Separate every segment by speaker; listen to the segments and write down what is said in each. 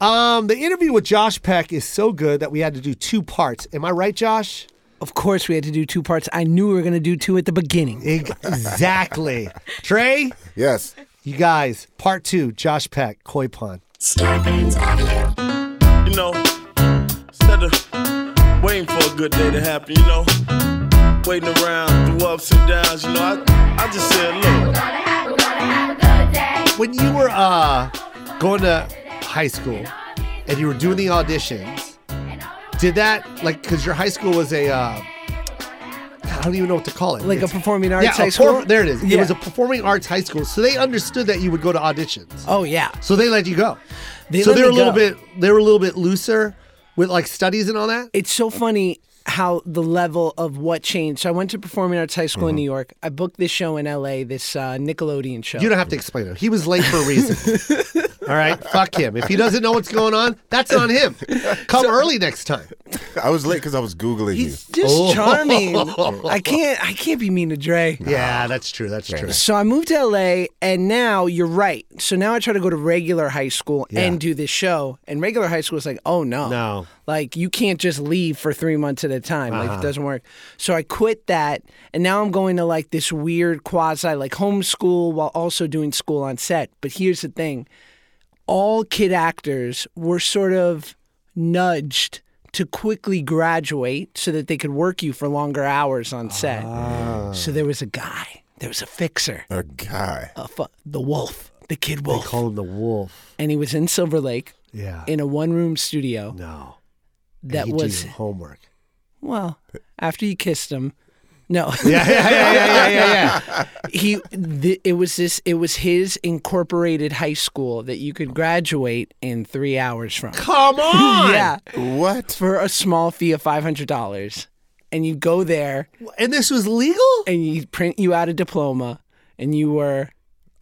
Speaker 1: Um, the interview with Josh Peck is so good that we had to do two parts. Am I right, Josh?
Speaker 2: Of course, we had to do two parts. I knew we were going to do two at the beginning.
Speaker 1: Exactly. Trey,
Speaker 3: Yes.
Speaker 1: you guys, part two, Josh Peck, Koi Pond.
Speaker 4: Scorpions Avenue.
Speaker 5: you know, instead of waiting for a good day to happen, you know, waiting around through ups and downs, you know, I, I just said, look,
Speaker 1: When you were uh going to high school and you were doing the auditions, did that like because your high school was a uh, I don't even know what to call it.
Speaker 2: Like a
Speaker 1: It's-
Speaker 2: performing arts
Speaker 1: yeah, a
Speaker 2: high
Speaker 1: perfor-
Speaker 2: school?
Speaker 1: There it is.
Speaker 2: Yeah.
Speaker 1: It was a performing arts high school, so they understood that you would go to auditions.
Speaker 2: Oh, yeah.
Speaker 1: So they let you go.
Speaker 2: They
Speaker 1: so
Speaker 2: let
Speaker 1: they were a
Speaker 2: me
Speaker 1: little
Speaker 2: go.
Speaker 1: bit they were a little bit looser with like studies and all that.
Speaker 2: It's so funny how the level of what changed. So I went to performing arts high school in
Speaker 1: Mm-hmm.
Speaker 2: New York. I booked this show in LA, this uh, Nickelodeon show.
Speaker 1: You don't have to explain it. He was late for a reason. All right, fuck him. If he doesn't know what's going on, that's on him. Come early next time.
Speaker 3: I was late because I was Googling you.
Speaker 2: He's just charming. I can't I can't be mean to Dre.
Speaker 1: Yeah, that's true. That's true.
Speaker 2: So I moved to LA, and now you're right. So now I try to go to regular high school and do this show. And regular high school is like, oh no,
Speaker 1: No.
Speaker 2: like you can't just leave for three months at a time. Like it doesn't work. So I quit that, and now I'm going to like this weird quasi like homeschool while also doing school on set. But here's the thing: all kid actors were sort of nudged to quickly graduate so that they could work you for longer hours on set. So there was a guy, there was a fixer,
Speaker 3: A guy.
Speaker 2: a fu- the wolf, the kid wolf.
Speaker 1: Call him the wolf.
Speaker 2: and he was in Silver Lake
Speaker 1: Yeah.
Speaker 2: in a one room studio
Speaker 1: no.
Speaker 2: that
Speaker 1: he
Speaker 2: was,
Speaker 1: did homework.
Speaker 2: well, after you kissed him. No,
Speaker 1: Yeah, yeah, yeah, yeah, yeah, yeah.
Speaker 2: he. Th- it was this. It was his incorporated high school that you could graduate in three hours from.
Speaker 1: Come on.
Speaker 2: Yeah,
Speaker 3: What?
Speaker 2: for a small fee of five hundred dollars, and you go there
Speaker 1: And this was legal?
Speaker 2: and you print you out a diploma, and you were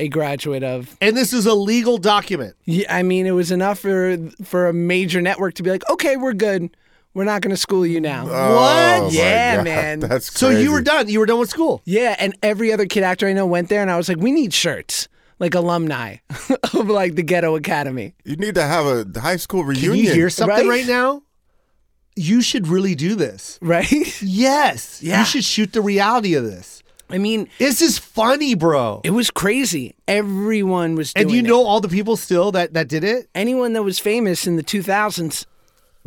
Speaker 2: a graduate of.
Speaker 1: And this is a legal document.
Speaker 2: Yeah, I mean, it was enough for for a major network to be like, okay, we're good. We're not going to school you now.
Speaker 3: Oh, my
Speaker 2: Yeah,
Speaker 3: God.
Speaker 2: man.
Speaker 3: That's
Speaker 1: So
Speaker 3: crazy.
Speaker 1: you were done. You were done with school.
Speaker 2: Yeah, and every other kid actor I know went there, and I was like, we need shirts, like alumni of like the Ghetto Academy.
Speaker 3: You need to have a high school
Speaker 1: Can
Speaker 3: reunion.
Speaker 1: you hear something
Speaker 2: Right?
Speaker 1: right now? You should really do this.
Speaker 2: Right?
Speaker 1: Yes.
Speaker 2: Yeah.
Speaker 1: You should shoot the reality of this.
Speaker 2: I mean,
Speaker 1: This is funny, bro.
Speaker 2: it was crazy. Everyone was doing
Speaker 1: And you
Speaker 2: it.
Speaker 1: know all the people still that that did it?
Speaker 2: anyone that was famous in the 2000s.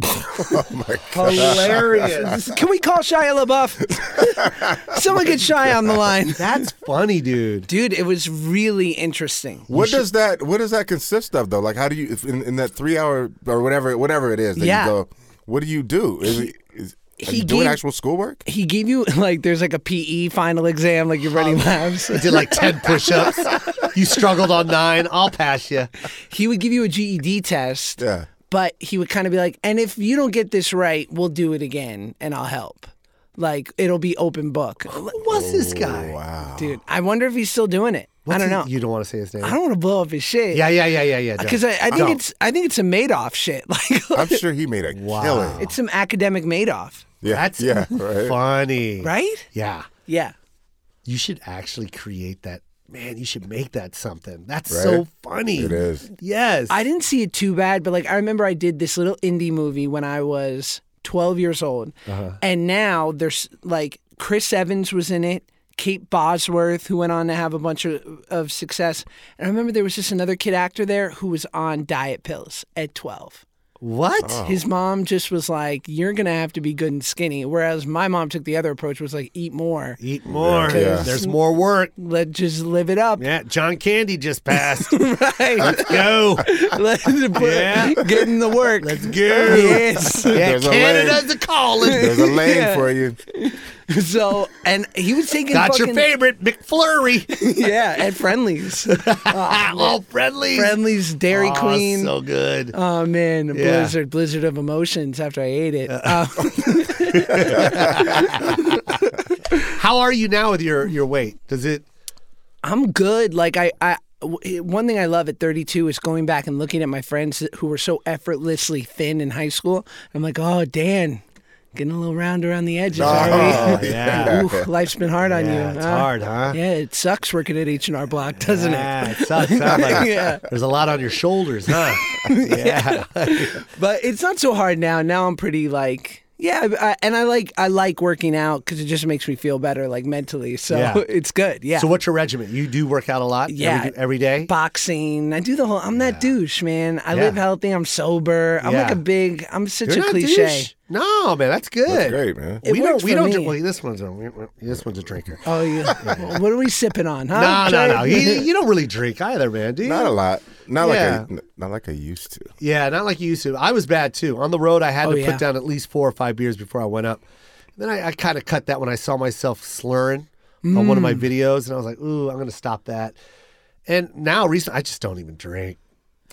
Speaker 1: Hilarious.
Speaker 2: Can we call Shia LaBeouf? Someone get Shia on the line.
Speaker 1: That's funny, dude.
Speaker 2: Dude, it was really interesting.
Speaker 3: What does that What does that consist of though? Like, how do you if in, in that three hour or whatever whatever it is that
Speaker 2: Yeah.
Speaker 3: you go? What do you do? Is, it is are
Speaker 2: he
Speaker 3: you doing
Speaker 2: gave-
Speaker 3: actual schoolwork?
Speaker 2: He gave you like there's like a PE final exam, like you're running
Speaker 1: Oh.
Speaker 2: labs.
Speaker 1: You did like 10 push ups. You struggled on nine. I'll pass you.
Speaker 2: He would give you a GED test.
Speaker 3: Yeah.
Speaker 2: but he would kind of be like, and if you don't get this right, we'll do it again and I'll help. Like it'll be open book.
Speaker 1: Who was this guy?
Speaker 3: Wow.
Speaker 2: Dude, I wonder if he's still doing it. I
Speaker 1: What's
Speaker 2: don't
Speaker 1: his-
Speaker 2: know.
Speaker 1: You don't want to say his name.
Speaker 2: I don't want to blow up his shit.
Speaker 1: yeah, yeah, yeah, yeah, yeah. Uh-huh. don't.
Speaker 2: Because I, I think
Speaker 1: Don't.
Speaker 2: it's I think it's a Madoff shit. Like
Speaker 3: I'm sure he made a killing.
Speaker 2: it's some academic Madoff,
Speaker 3: yeah.
Speaker 1: That's
Speaker 3: yeah. Right.
Speaker 1: funny.
Speaker 2: right?
Speaker 1: Yeah.
Speaker 2: Yeah.
Speaker 1: You should actually create that. Man, you should make that something. That's so
Speaker 3: Right?
Speaker 1: funny.
Speaker 3: It is.
Speaker 1: Yes.
Speaker 2: I didn't see it too bad, but like I remember I did this little indie movie when I was 12 years old.
Speaker 1: Uh-huh.
Speaker 2: And now there's like Chris Evans was in it, Kate Bosworth, who went on to have a bunch of, of success. And I remember there was just another kid actor there who was on diet pills at 12.
Speaker 1: what?
Speaker 3: Oh.
Speaker 2: His mom just was like, You're going to have to be good and skinny. Whereas my mom took the other approach, was like, Eat more.
Speaker 1: Eat more.
Speaker 3: Yeah.
Speaker 1: There's more work.
Speaker 2: Let's just live it up.
Speaker 1: Yeah, John Candy just passed.
Speaker 2: Right.
Speaker 1: Go.
Speaker 2: Let's put-
Speaker 1: Yeah.
Speaker 2: Get in the work.
Speaker 1: Let's go.
Speaker 2: Yes.
Speaker 1: Yeah,
Speaker 3: There's a
Speaker 1: Canada's a calling.
Speaker 3: There's a lane for you.
Speaker 2: So and he was taking
Speaker 1: Got your
Speaker 2: fucking,
Speaker 1: favorite, McFlurry.
Speaker 2: yeah at Friendlies,
Speaker 1: All friendly.
Speaker 2: Friendlies Dairy
Speaker 1: Aw,
Speaker 2: Oh, Queen.
Speaker 1: So good.
Speaker 2: oh man, a
Speaker 1: Yeah. Uh.
Speaker 2: blizzard, blizzard of emotions after I ate it. Um,
Speaker 1: How are you now with your your weight? Does it?
Speaker 2: I'm good. Like I, I w- one thing I love at 32 is going back and looking at my friends who were so effortlessly thin in high school. I'm like, oh Dan, Getting a little round around the edges,
Speaker 3: Oh,
Speaker 2: are we?
Speaker 3: yeah.
Speaker 2: Oof, life's been hard on
Speaker 1: Yeah,
Speaker 2: you.
Speaker 1: it's
Speaker 2: huh?
Speaker 1: hard, huh?
Speaker 2: Yeah, it sucks working at H and R Block, doesn't
Speaker 1: yeah,
Speaker 2: it?
Speaker 1: it sucks. huh? Like,
Speaker 2: Yeah.
Speaker 1: There's a lot on your shoulders, huh? yeah.
Speaker 2: But it's not so hard now. Now I'm pretty like yeah, I, I- and I like I like working out because it just makes me feel better, like mentally. So
Speaker 1: Yeah.
Speaker 2: it's good. Yeah.
Speaker 1: So what's your regimen? You do work out a lot? every-
Speaker 2: Yeah.
Speaker 1: every day?
Speaker 2: boxing. I do the whole. I'm that douche, man. I live
Speaker 1: Yeah.
Speaker 2: healthy. I'm sober. I'm like
Speaker 1: Yeah.
Speaker 2: a big. I'm such
Speaker 1: You're
Speaker 2: a
Speaker 1: not
Speaker 2: cliche.
Speaker 1: douche. No, man, that's good.
Speaker 3: That's great, man.
Speaker 2: It
Speaker 1: we don't.
Speaker 2: works
Speaker 1: We
Speaker 2: for
Speaker 1: don't.
Speaker 2: me.
Speaker 1: drink- well, this one's a we- we- this one's a drinker.
Speaker 2: Oh yeah. Well, what are we sipping on? Huh?
Speaker 1: No, no, no. You,
Speaker 2: Jay?
Speaker 1: you don't really drink either, man. Do you?
Speaker 3: Not a lot. Not
Speaker 1: Yeah.
Speaker 3: like I, not like I used to.
Speaker 1: Yeah, not like you used to. I was bad too. On the road, I had
Speaker 2: Oh,
Speaker 1: to
Speaker 2: yeah.
Speaker 1: put down at least four or five beers before I went up. then I, I kind of cut that when I saw myself slurring on one of
Speaker 2: Mm.
Speaker 1: my videos, and I was like, "Ooh, I'm going to stop that." And now, recently, I just don't even drink.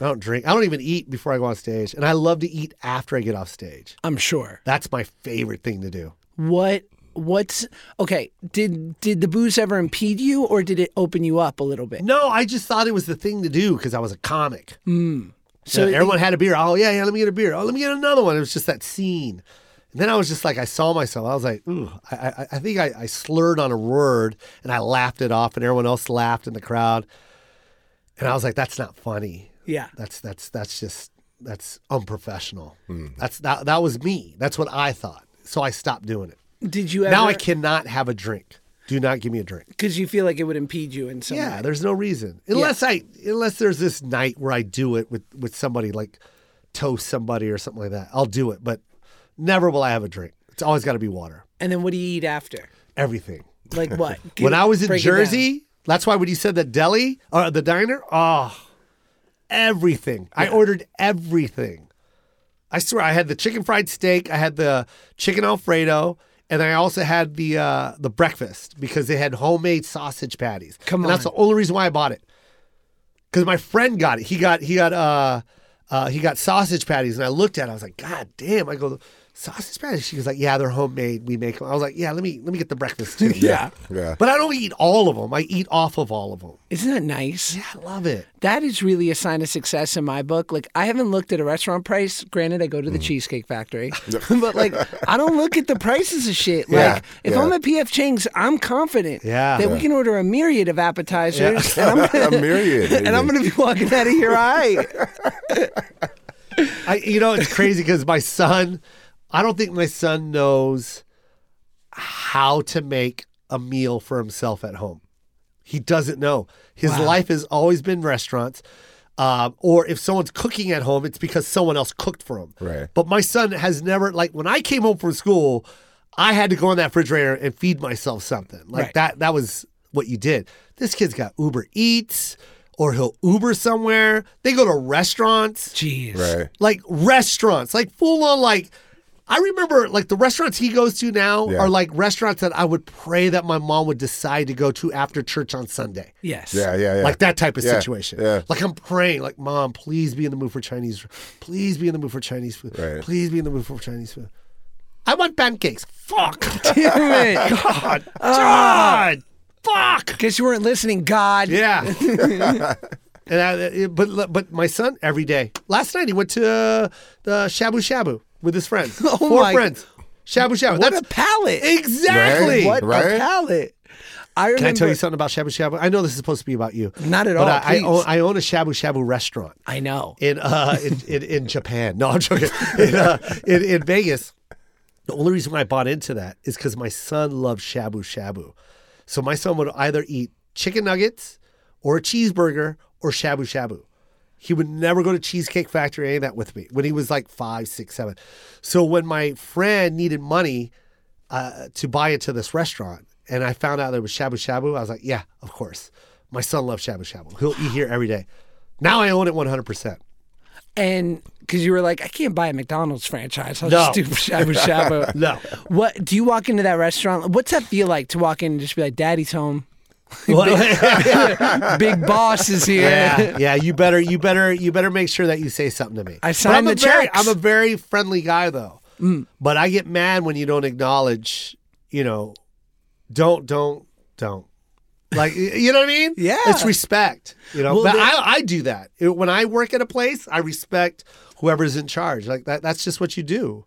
Speaker 1: I don't drink. I don't even eat before I go on stage, and I love to eat after I get off stage.
Speaker 2: I'm sure.
Speaker 1: That's my favorite thing to do.
Speaker 2: What? What's okay? Did did the booze ever impede you, or did it open you up a little bit?
Speaker 1: No, I just thought it was the thing to do because I was a comic.
Speaker 2: Hmm. So
Speaker 1: So everyone had a beer. Oh yeah, yeah. Let me get a beer. Oh, let me get another one. It was just that scene. And then I was just like, I saw myself. I was like, ooh, I, I, I think I, I slurred on a word and I laughed it off, and everyone else laughed in the crowd. And I was like, that's not funny.
Speaker 2: Yeah.
Speaker 1: That's that's that's just that's unprofessional. That's that that was me. That's what I thought. So I stopped doing it.
Speaker 2: Did you ever?
Speaker 1: Now I cannot have a drink. Do not give me a drink.
Speaker 2: because you feel like it would impede you in some
Speaker 1: Yeah,
Speaker 2: way.
Speaker 1: there's no reason unless I unless there's this night where I do it with with somebody like toast somebody or something like that. I'll do it, but never will I have a drink. It's always got to be water.
Speaker 2: And then what do you eat after?
Speaker 1: Everything.
Speaker 2: Like what?
Speaker 1: when I was in
Speaker 2: Break it down.
Speaker 1: Jersey, that's why when you said the deli or the diner, oh, everything. I ordered everything. I swear, I had the chicken fried steak, I had the chicken alfredo, and I also had the uh, the breakfast because they had homemade sausage patties.
Speaker 2: Come
Speaker 1: and that's
Speaker 2: on.
Speaker 1: the only reason why I bought it. Because my friend got it. He got he got uh, uh he got sausage patties, and I looked at. it. I was like, God damn! I go sausage patties. She was like, Yeah, they're homemade. We make them. I was like, Yeah, let me let me get the breakfast too.
Speaker 2: Yeah.
Speaker 3: Yeah.
Speaker 1: But I don't eat all of them. I eat off of all of them.
Speaker 2: Isn't that nice?
Speaker 1: Yeah, I love it.
Speaker 2: That is really a sign of success in my book. Like I haven't looked at a restaurant price. Granted, I go to
Speaker 1: Mm.
Speaker 2: the Cheesecake Factory, but like I don't look at the prices of shit. Like
Speaker 3: Yeah,
Speaker 2: if
Speaker 3: yeah.
Speaker 2: I'm at PF Chang's, I'm confident
Speaker 1: Yeah.
Speaker 2: that we
Speaker 1: Yeah.
Speaker 2: can order a myriad of appetizers, and, I'm
Speaker 3: a
Speaker 2: gonna,
Speaker 3: myriad.
Speaker 2: and I'm gonna be walking out of here. All right.
Speaker 1: I, you know, it's crazy because my son, I don't think my son knows how to make a meal for himself at home. He doesn't know. His life has always been restaurants. Um, or if someone's cooking at home, it's because someone else cooked for him.
Speaker 3: Right.
Speaker 1: But my son has never like when I came home from school, I had to go in that refrigerator and feed myself something. Like
Speaker 2: Right.
Speaker 1: that that was what you did. This kid's got Uber Eats or he'll Uber somewhere. They go to restaurants
Speaker 2: Jeez.
Speaker 3: right.
Speaker 1: like restaurants, like full on like. I remember like the restaurants he goes to now
Speaker 3: Yeah.
Speaker 1: are like restaurants that I would pray that my mom would decide to go to after church on Sunday.
Speaker 2: Yes.
Speaker 3: Yeah, Oh, yeah, yeah.
Speaker 1: Like that type of
Speaker 3: Yeah,
Speaker 1: situation.
Speaker 3: yeah.
Speaker 1: Like I'm praying, like, mom, please be in the mood for Chinese. Please be in the mood for Chinese food.
Speaker 3: Right.
Speaker 1: Please be in the mood for Chinese food. I want pancakes. Fuck.
Speaker 2: Damn it.
Speaker 1: God.
Speaker 3: Ah.
Speaker 1: God. Fuck.
Speaker 2: Guess you weren't listening, God.
Speaker 1: Yeah. and I, uh, it- but but my son every day. Last night he went to uh, the shabu shabu with his friends.
Speaker 2: Oh
Speaker 1: Four
Speaker 2: my-
Speaker 1: friends. Shabu shabu.
Speaker 2: What
Speaker 1: That's
Speaker 2: a palate.
Speaker 1: exactly.
Speaker 2: What
Speaker 3: Right?
Speaker 2: a
Speaker 3: Right?
Speaker 2: palate. I remember.
Speaker 1: Can I tell you something about shabu shabu? I know this is supposed to be about you.
Speaker 2: Not at
Speaker 1: but
Speaker 2: all,
Speaker 1: I, I
Speaker 2: please.
Speaker 1: own I own a shabu shabu restaurant
Speaker 2: I know.
Speaker 1: in uh in, in, in Japan. No, I'm joking. In, uh, in in Vegas. The only reason why I bought into that is because my son loves shabu shabu. So my son would either eat chicken nuggets or a cheeseburger or shabu shabu. He would never go to Cheesecake Factory or any of that with me when he was like five, six, seven. So when my friend needed money uh, to buy it to this restaurant and I found out there was shabu shabu, I was like, yeah, of course. My son loves shabu shabu. He'll eat here every day. Now I own it 100%.
Speaker 2: and because you were like, I can't buy a McDonald's franchise. I'll
Speaker 1: No.
Speaker 2: just do shabu shabu.
Speaker 1: No.
Speaker 2: What do you walk into that restaurant? What's that feel like to walk in and just be like, Daddy's home, Big Boss is here.
Speaker 1: yeah, yeah. You better, you better, you better make sure that you say something to me.
Speaker 2: I
Speaker 1: But
Speaker 2: signed
Speaker 1: I'm a
Speaker 2: the
Speaker 1: very,
Speaker 2: checks. Mm.
Speaker 1: I'm a very friendly guy, though. But I get mad when you don't acknowledge. You know, don't, don't, don't. Like, y- you know what I mean?
Speaker 2: Yeah.
Speaker 1: It's respect. You know,
Speaker 2: Well,
Speaker 1: but
Speaker 2: the-
Speaker 1: I, I do that It- when I work at a place. I respect whoever's in charge. Like that. That's just what you do.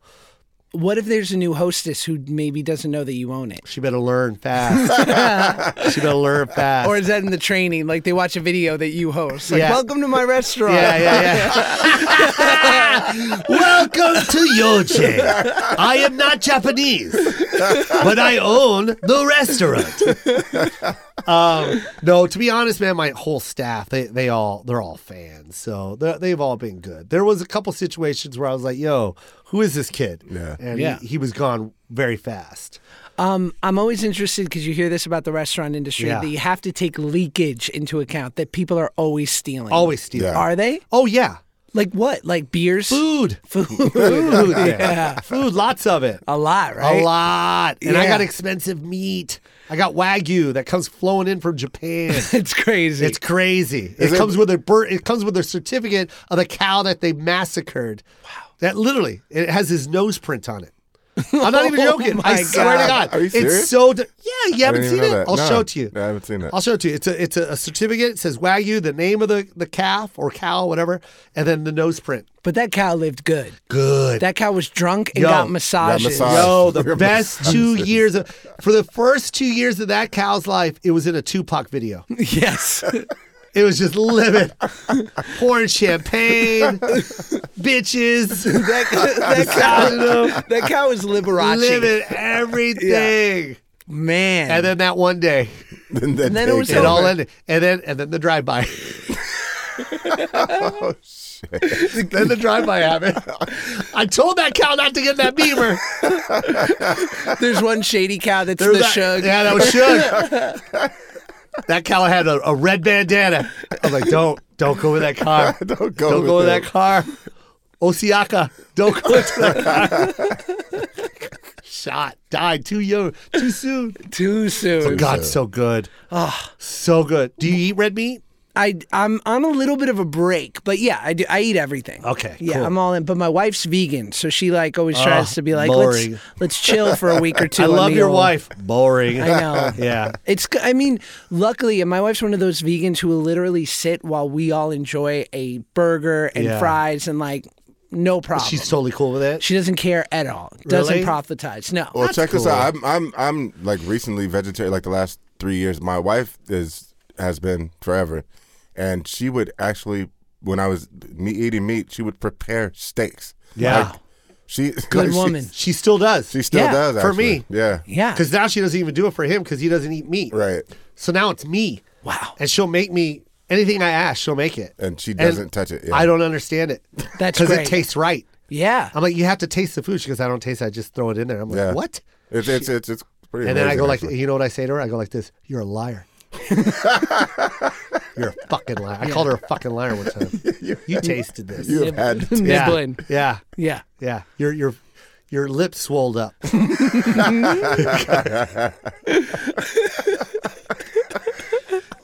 Speaker 2: what if there's a new hostess who maybe doesn't know that you own it?
Speaker 1: She better learn fast. she better learn fast.
Speaker 2: Or is that in the training? Like they watch a video that you host. Like,
Speaker 1: Yeah.
Speaker 2: welcome to my restaurant.
Speaker 1: yeah, yeah, yeah. Welcome to Yoche. I am not Japanese, but I own the restaurant. Um, no, to be honest, man, my whole staff, they they all they're all fans, so they're- they've all been good. There was a couple situations where I was like, "Yo, who is this kid?"
Speaker 3: Yeah.
Speaker 1: and
Speaker 2: Yeah.
Speaker 1: He, he was gone very fast.
Speaker 2: Um, I'm always interested because you hear this about the restaurant industry
Speaker 1: Yeah.
Speaker 2: that you have to take leakage into account that people are always stealing.
Speaker 1: Always stealing.
Speaker 3: Yeah.
Speaker 2: Are they?
Speaker 1: Oh yeah,
Speaker 2: Like what? Like beers?
Speaker 1: food.
Speaker 2: Food.
Speaker 1: Food, yeah. food, lots of it.
Speaker 2: a lot, right?
Speaker 1: A lot. And I
Speaker 2: Yeah.
Speaker 1: got expensive meat. I got wagyu that comes flowing in from Japan.
Speaker 2: It's crazy.
Speaker 1: it's crazy. It
Speaker 3: it-
Speaker 1: comes with a bir- it comes with a certificate of the cow that they massacred. Wow. That literally it has his nose print on it. I'm not even
Speaker 2: Oh
Speaker 1: joking. I
Speaker 2: my
Speaker 1: swear to
Speaker 3: God.
Speaker 1: God.
Speaker 3: Are you
Speaker 1: it's
Speaker 3: serious?
Speaker 1: so di- Yeah, you haven't
Speaker 3: didn't
Speaker 1: seen
Speaker 3: even
Speaker 1: it?
Speaker 3: know that.
Speaker 1: I'll
Speaker 3: No,
Speaker 1: show it to you.
Speaker 3: I haven't seen it.
Speaker 1: I'll show it to you. It's a it's a, a certificate. It says Wagyu, the name of the, the calf or cow, whatever, and then the nose print.
Speaker 2: but that cow lived good.
Speaker 1: Good.
Speaker 2: That cow was drunk and
Speaker 1: Yo,
Speaker 2: got
Speaker 1: got
Speaker 2: massages.
Speaker 3: massage.
Speaker 1: Yo, the
Speaker 3: Your
Speaker 1: best two years of, for the first two years of that cow's life, it was in a Tupac video.
Speaker 2: yes.
Speaker 1: It was just living, pouring champagne, bitches,
Speaker 2: that, that cow, that cow was Liberace.
Speaker 1: living everything.
Speaker 2: Man.
Speaker 1: And then that one day,
Speaker 3: and then,
Speaker 2: then it
Speaker 3: they
Speaker 2: was
Speaker 3: came.
Speaker 1: it all
Speaker 2: over.
Speaker 1: ended. And then and then the drive by. then the drive by happened. I told that cow not to get in that beamer.
Speaker 2: There's one shady cow that's the
Speaker 1: There's that-
Speaker 2: shug.
Speaker 1: Yeah, that was Shug. that cow had a, a red bandana. I was like, don't, don't go with that car.
Speaker 3: Don't go
Speaker 1: don't
Speaker 3: with
Speaker 1: go with that
Speaker 3: it.
Speaker 1: car. Osiaka, don't go into that car. Shot, died too young, too soon.
Speaker 2: Too soon.
Speaker 1: God, so good. Ah. so good. Do you eat red meat?
Speaker 2: I I'm on a little bit of a break, but yeah, I do. I eat everything.
Speaker 1: Okay,
Speaker 2: Yeah,
Speaker 1: cool. Ah,
Speaker 2: I'm all in. But my wife's vegan, so she like always tries to be like,
Speaker 1: boring.
Speaker 2: let's let's chill for a week or two.
Speaker 1: I
Speaker 2: on
Speaker 1: love
Speaker 2: the
Speaker 1: your
Speaker 2: old-
Speaker 1: wife. Boring.
Speaker 2: I know.
Speaker 1: Yeah.
Speaker 2: It's. g- I mean, luckily, and my wife's one of those vegans who will literally sit while we all enjoy a burger and
Speaker 1: Yeah.
Speaker 2: fries and like no problem.
Speaker 1: She's totally cool with it.
Speaker 2: she doesn't care at all. Doesn't
Speaker 1: Really?
Speaker 2: prophetize. No.
Speaker 3: Well,
Speaker 1: That's
Speaker 3: check this
Speaker 1: cool.
Speaker 3: out. I'm I'm I'm like recently vegetarian. Like the last three years, my wife is has been forever, and she would actually when I was me eating meat, she would prepare steaks.
Speaker 1: Yeah.
Speaker 3: Like, she
Speaker 2: Good
Speaker 3: like, she-
Speaker 2: woman.
Speaker 1: She still does.
Speaker 3: She, still
Speaker 2: Yeah.
Speaker 3: does
Speaker 1: For
Speaker 3: actually.
Speaker 1: me.
Speaker 3: Yeah.
Speaker 2: yeah.
Speaker 1: Because now she doesn't even do it for him because he doesn't eat meat.
Speaker 3: Right.
Speaker 1: So now it's me.
Speaker 2: Wow.
Speaker 1: And she'll make me anything I ask, she'll make it.
Speaker 3: And she doesn't touch it, yeah.
Speaker 1: I don't understand it.
Speaker 2: That's
Speaker 1: because it
Speaker 2: great.
Speaker 1: tastes right.
Speaker 2: Yeah.
Speaker 1: I'm like, you have to taste the food. She goes, I don't taste it. I just throw it in there. I'm like,
Speaker 3: Yeah.
Speaker 1: what?
Speaker 3: It's it's it's, it's pretty.
Speaker 1: And then I
Speaker 3: amazing,
Speaker 1: go like,
Speaker 3: actually.
Speaker 1: you know what I say to her? I go like this. You're a liar. You're a fucking liar. I called her a fucking liar one time. you tasted this.
Speaker 3: you have had. to-
Speaker 1: yeah.
Speaker 2: Nibbling.
Speaker 1: yeah,
Speaker 2: Yeah.
Speaker 1: yeah. Your your your lips swolled up.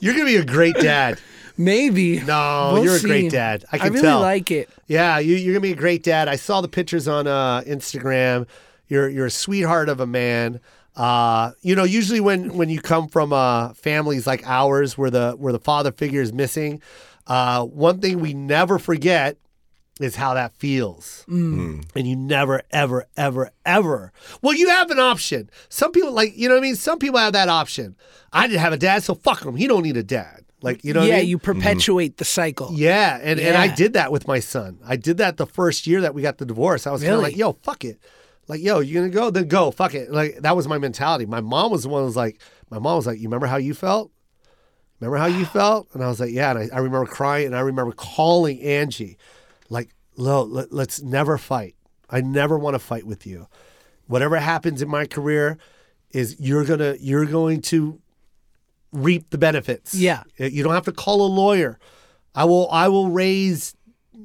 Speaker 1: You're gonna be a great dad.
Speaker 2: Maybe.
Speaker 1: No,
Speaker 2: We'll
Speaker 1: you're a
Speaker 2: see.
Speaker 1: great dad. I can
Speaker 2: really
Speaker 1: tell.
Speaker 2: like it.
Speaker 1: Yeah, you, you're gonna be a great dad. I saw the pictures on uh, Instagram. You're you're a sweetheart of a man. Uh, you know, usually when when you come from uh, families like ours, where the where the father figure is missing, uh, one thing we never forget is how that feels. And you never, ever, ever, ever. Well, you have an option. Some people like you know what I mean. Some people have that option. I didn't have a dad, so fuck him. He don't need a dad. Like you know. what
Speaker 2: yeah,
Speaker 1: I mean? Mm-hmm.
Speaker 2: you perpetuate the cycle.
Speaker 1: Yeah, and, and I
Speaker 2: Oh. Yeah.
Speaker 1: did that with my son. I did that the first year that we got the divorce. I was kind of
Speaker 2: Really?
Speaker 1: like, yo, fuck it. Like, yo, you gonna go? Then go. Fuck it. Like that was my mentality. My mom was the one who was like, my mom was like, You remember how you felt? Remember how you felt? And I was like, Yeah, and I, I remember crying and I remember calling Angie, like, Lo, let, let's never fight. I never want to fight with you. Whatever happens in my career is you're gonna you're going to reap the benefits. Uh,
Speaker 2: Yeah.
Speaker 1: You don't have to call a lawyer. I will I will raise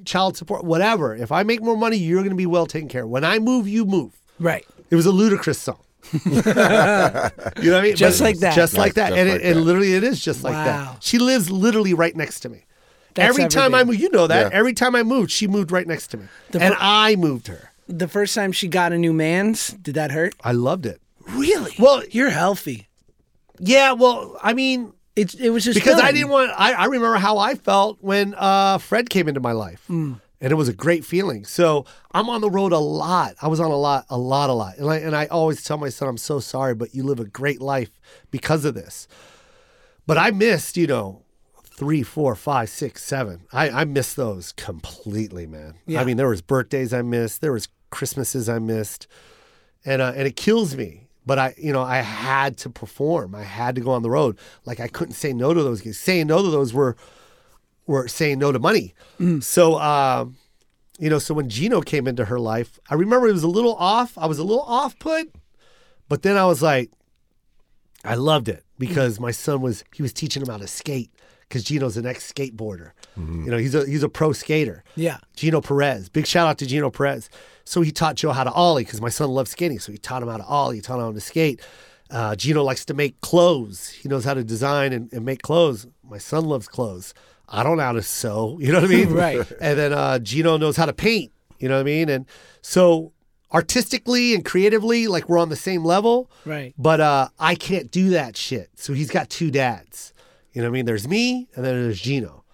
Speaker 1: child support, whatever. If I make more money, you're gonna be well taken care of. When I move, you move.
Speaker 2: Right.
Speaker 1: It was a ludicrous song. you know what I mean?
Speaker 2: Just like that.
Speaker 1: Just like
Speaker 3: Just-
Speaker 1: that.
Speaker 3: just
Speaker 1: and
Speaker 3: like
Speaker 1: it, and
Speaker 3: that.
Speaker 1: literally it is just like
Speaker 2: Wow.
Speaker 1: that. She lives literally right next to me.
Speaker 2: That's
Speaker 1: Every time I
Speaker 2: everything.
Speaker 1: moved, you know that.
Speaker 3: Yeah.
Speaker 1: Every time I moved, she moved right next to me.
Speaker 2: The
Speaker 1: and
Speaker 2: fir-
Speaker 1: I moved her.
Speaker 2: The first time she got a new man's, did that hurt?
Speaker 1: I loved it.
Speaker 2: Really?
Speaker 1: Well-
Speaker 2: you're healthy.
Speaker 1: Yeah, well, I mean,
Speaker 2: It, it was just
Speaker 1: because I
Speaker 2: done.
Speaker 1: didn't want. I, I remember how I felt when uh, Fred came into my life. and it was a great feeling. So I'm on the road a lot. I was on a lot, a lot, a lot. And I, and I always tell my son, I'm so sorry, but you live a great life because of this. But I missed, you know, three, four, five, six, seven. I, I missed those completely, man.
Speaker 2: Yeah.
Speaker 1: I mean, there was birthdays I missed, there was Christmases I missed, and uh, and it kills me. But I, you know, I had to perform. I had to go on the road. Like I couldn't say no to those gigs. Saying no to those were were saying no to money. So, um, you know, so when Gino came into her life, I remember it was a little off. I was a little off put, but then I was like, I loved it because my son was he was teaching him how to skate because Gino's an ex skateboarder. You know, he's a he's a pro skater.
Speaker 2: Yeah.
Speaker 1: Gino Perez. Big shout out to Gino Perez. So he taught Joe how to ollie because my son loves skating. So he taught him how to ollie. He taught him how to skate. Uh, Gino likes to make clothes. He knows how to design and, and make clothes. My son loves clothes. I don't know how to sew. You know what I mean?
Speaker 2: Right.
Speaker 1: And then uh, Gino knows how to paint. You know what I mean? And so artistically and creatively, like we're on the same level.
Speaker 2: Right.
Speaker 1: But uh, I can't do that shit. So he's got two dads. You know what I mean? There's me and then there's Gino.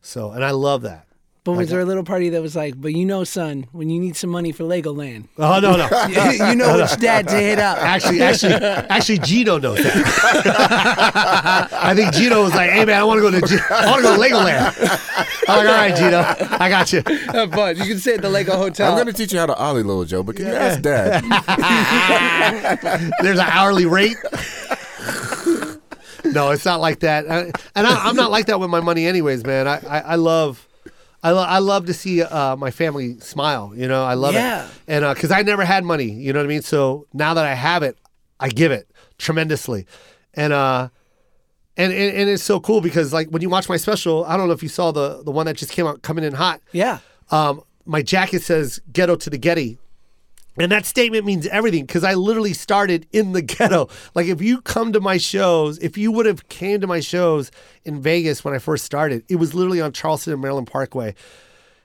Speaker 1: So and I love that.
Speaker 2: But was there a little party that was like, but you know, son, when you need some money for Legoland,
Speaker 1: Oh no no.
Speaker 2: you know which dad to hit up.
Speaker 1: Actually, actually, actually, Gino knows that. I think Gino was like, "Hey man, I want to go to G- I want to go to Legoland." I'm like, "All right, Gino, I got you."
Speaker 2: Have fun. You can stay at the Lego Hotel.
Speaker 3: I'm gonna teach you how to ollie, little Joe. But can you ask Dad?
Speaker 1: There's an hourly rate. no, it's not like that, I, and I, I'm not like that with my money, anyways, man. I I, I love. I, lo- I love to see uh, my family smile. You know, I love
Speaker 2: Yeah.
Speaker 1: it, and because I never had money, you know what I mean. So now that I have it, I give it tremendously, and uh, and and, and it's so cool because like when you watch my special, I don't know if you saw the the one that just came out coming in hot.
Speaker 2: yeah.
Speaker 1: Um, my jacket says "Ghetto to the Getty," and that statement means everything because I literally started in the ghetto. Like, if you come to my shows, if you would have came to my shows in Vegas when I first started, it was literally on Charleston and Maryland Parkway.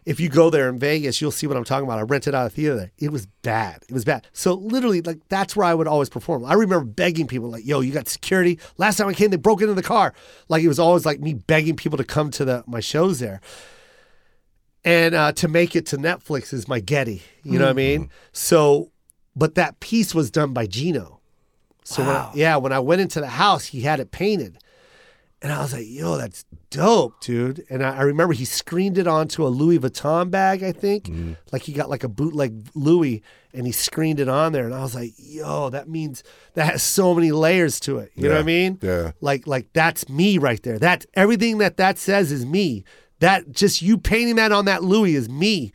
Speaker 1: If you go there in Vegas, you'll see what I'm talking about. I rented out a theater there. It was bad. It was bad. So literally, like that's where I would always perform. I remember begging people, like, "Yo, you got security? Last time I came, they broke into the car." Like it was always like me begging people to come to the my shows there and uh, to make it to Netflix is my Getty. You know what I mean? So, but that piece was done by Gino. So when I,
Speaker 2: Wow.
Speaker 1: yeah, when I went into the house, he had it painted, and I was like, "Yo, that's dope, dude!" And I, I remember he screened it onto a Louis Vuitton bag, I think,
Speaker 3: Mm-hmm.
Speaker 1: like he got like a bootleg Louis, and he screened it on there, and I was like, "Yo, that means that has so many layers to it." You know what I
Speaker 3: Yeah.
Speaker 1: mean?
Speaker 3: Yeah.
Speaker 1: like like that's me right there that's everything that that says is me that just you painting that on that louis is me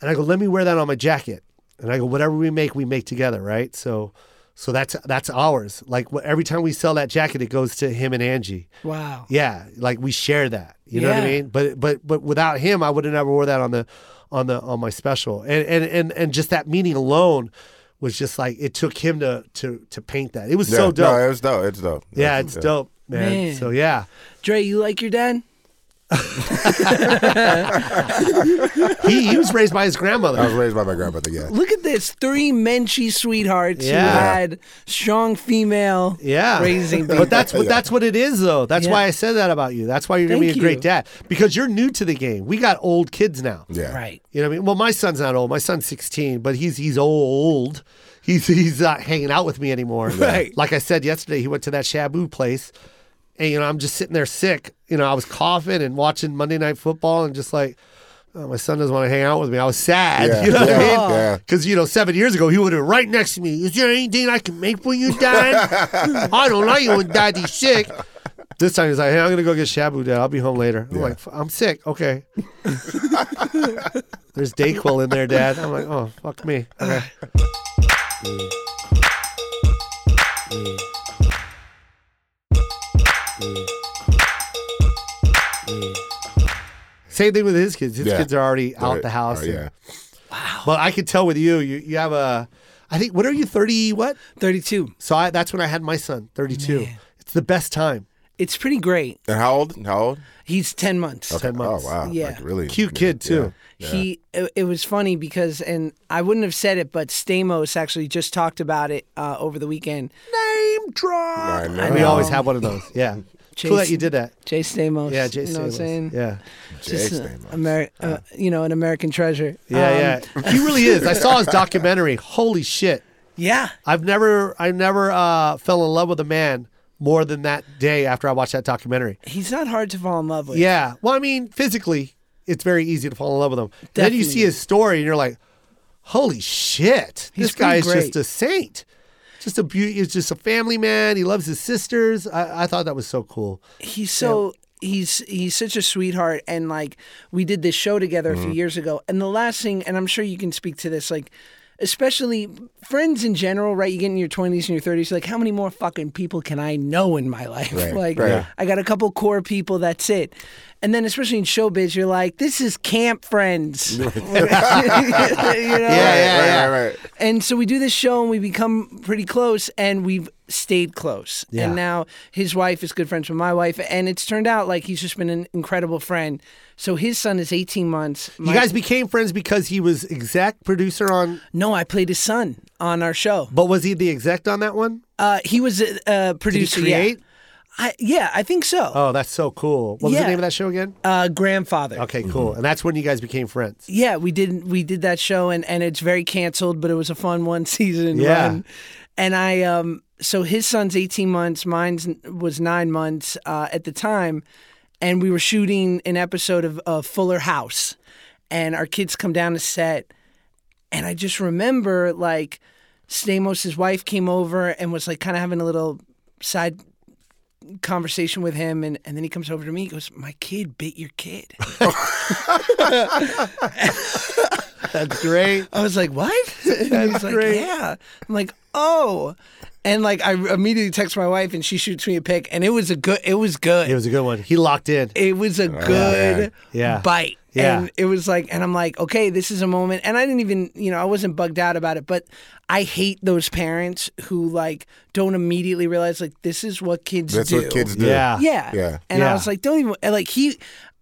Speaker 1: and i go let me wear that on my jacket and i go whatever we make we make together right so so that's that's ours like wh- every time we sell that jacket it goes to him and angie
Speaker 2: Wow.
Speaker 1: yeah like we share that you know what i
Speaker 2: Yeah.
Speaker 1: mean but but but without him i would have never wore that on the on the on my special and and and, and just that meaning alone was just like it took him to to to paint that it was
Speaker 3: Yeah,
Speaker 1: so dope
Speaker 3: No, it's dope. It's dope.
Speaker 1: yeah, it's dope, man.
Speaker 2: Man.
Speaker 1: So yeah,
Speaker 2: Dre, you like your dad?
Speaker 1: he, he was raised by his grandmother.
Speaker 3: I was raised by my grandmother. Yeah.
Speaker 2: Look at this. Three Menchie sweethearts
Speaker 1: Yeah.
Speaker 2: who had strong female
Speaker 1: yeah,
Speaker 2: raising people.
Speaker 1: But that's what that's what it is, though. That's
Speaker 2: Yeah.
Speaker 1: why I said that about you. That's why you're gonna be a
Speaker 2: Thank
Speaker 1: great
Speaker 2: you.
Speaker 1: dad because you're new to the game. We got old kids now.
Speaker 3: Yeah.
Speaker 2: right.
Speaker 1: You know what I mean? Well, my son's not old. My son's 16, but he's he's old. He's he's not hanging out with me anymore.
Speaker 2: Right.
Speaker 1: Like I said yesterday, he went to that Shabu place, and you know I'm just sitting there sick. You know I was coughing and watching Monday Night Football and just like. Oh, my son doesn't want to hang out with me. I was sad.
Speaker 3: Yeah,
Speaker 1: You know what
Speaker 3: yeah,
Speaker 1: I mean?
Speaker 3: yeah.
Speaker 1: Because, you know, seven years ago, he would have been right next to me. Is there anything I can make for you, Dad? I don't like it when Daddy's sick. This time he's like, hey, I'm going to go get Shabu, Dad. I'll be home later. I'm
Speaker 3: Yeah.
Speaker 1: like, "F- I'm sick. Okay. There's Dayquil in there, Dad. I'm like, oh, fuck me. Okay. Same thing with his kids. His
Speaker 3: Yeah.
Speaker 1: kids are already out
Speaker 3: Right.
Speaker 1: the house.
Speaker 3: Oh,
Speaker 1: and-
Speaker 3: yeah.
Speaker 1: But I could tell with you, you you have a, I think, what are you, 30 what?
Speaker 2: 32.
Speaker 1: So I, that's when I had my son, 32. It's the best time.
Speaker 2: It's pretty great.
Speaker 3: And how old? How old?
Speaker 2: He's 10 months.
Speaker 1: 10 months.
Speaker 3: Oh wow.
Speaker 2: Yeah.
Speaker 3: Like, really
Speaker 1: Cute kid,
Speaker 3: Yeah.
Speaker 1: too.
Speaker 2: He it, it was funny because and I wouldn't have said it, but Stamos actually just talked about it uh, over the weekend.
Speaker 1: Name drop.
Speaker 3: I know.
Speaker 1: We always have one of those. Yeah. cool that
Speaker 2: Jason-
Speaker 1: you did that.
Speaker 2: Jay Stamos.
Speaker 1: Yeah, Jay
Speaker 2: You know what I'm
Speaker 1: Stamos.
Speaker 2: saying?
Speaker 1: Yeah,
Speaker 2: Just
Speaker 3: Jay
Speaker 2: a-
Speaker 3: Stamos.
Speaker 2: Ameri- uh, you know, an American treasure. Um,
Speaker 1: yeah, yeah. He really is. I saw his documentary. Holy shit!
Speaker 2: Yeah.
Speaker 1: I've never, I never uh, fell in love with a man more than that day after I watched that documentary.
Speaker 2: He's not hard to fall in love with.
Speaker 1: Yeah. Well, I mean, physically, it's very easy to fall in love with him. Then you see
Speaker 2: Definitely.
Speaker 1: his story, and you're like, "Holy shit!
Speaker 2: He's
Speaker 1: this guy is
Speaker 2: pretty
Speaker 1: just
Speaker 2: great.
Speaker 1: a saint. Just a beauty. He's just a family man. He loves his sisters. I, I thought that was so cool.
Speaker 2: He's so he's he's such a sweetheart and like we did this show together a few
Speaker 1: Mm-hmm.
Speaker 2: years ago. And the last thing and I'm sure you can speak to this like especially friends in general, right? You get in your 20s and your 30s like how many more fucking people can I know in my life?
Speaker 3: Right,
Speaker 2: Like
Speaker 3: right.
Speaker 2: I got a couple core people, that's it. And then especially in showbiz you're like this is camp friends. You know?
Speaker 1: Yeah, yeah,
Speaker 3: right,
Speaker 1: yeah.
Speaker 3: right, right.
Speaker 2: And so we do this show and we become pretty close and we've stayed close.
Speaker 1: Yeah.
Speaker 2: And now his wife is good friends with my wife. And it's turned out like he's just been an incredible friend. So his son is 18 months.
Speaker 1: You
Speaker 2: My-
Speaker 1: guys became friends because he was exec producer on.
Speaker 2: no, I played his son on our show.
Speaker 1: But was he the exec on that one?
Speaker 2: Uh, he was a,
Speaker 1: Did
Speaker 2: a
Speaker 1: he
Speaker 2: producer.
Speaker 1: create?
Speaker 2: Yeah. I, yeah, I think so.
Speaker 1: Oh, that's so cool. What was the
Speaker 2: Yeah.
Speaker 1: name of that show again?
Speaker 2: uh, grandfather.
Speaker 1: Okay, cool. And that's when you guys became friends.
Speaker 2: Yeah, we did we did that show and and it's very canceled, but it was a fun one season
Speaker 1: Yeah.
Speaker 2: run. And I um so his son's 18 months, mine's n- was 9 months uh, at the time and we were shooting an episode of, of Fuller House and our kids come down to set and I just remember like Stamos' wife came over and was like kind of having a little side conversation with him and, and then he comes over to me he goes my kid bit your kid
Speaker 1: That's great.
Speaker 2: I was like, "What?" And That's was like,
Speaker 1: great.
Speaker 2: Yeah. I'm like, "Oh," and like I immediately text my wife, and she shoots me a pic, and it was a good. It was good.
Speaker 1: It was a good one. He locked in.
Speaker 2: It was a good
Speaker 1: Yeah.
Speaker 2: bite.
Speaker 1: Yeah.
Speaker 2: And it was like, and I'm like, okay, this is a moment. And I didn't even, you know, I wasn't bugged out about it, but I hate those parents who like don't immediately realize like this is what kids
Speaker 3: That's
Speaker 2: do.
Speaker 3: what kids do.
Speaker 1: Yeah.
Speaker 2: Yeah.
Speaker 3: Yeah.
Speaker 2: And
Speaker 1: Yeah.
Speaker 2: I was like, don't even and, like he.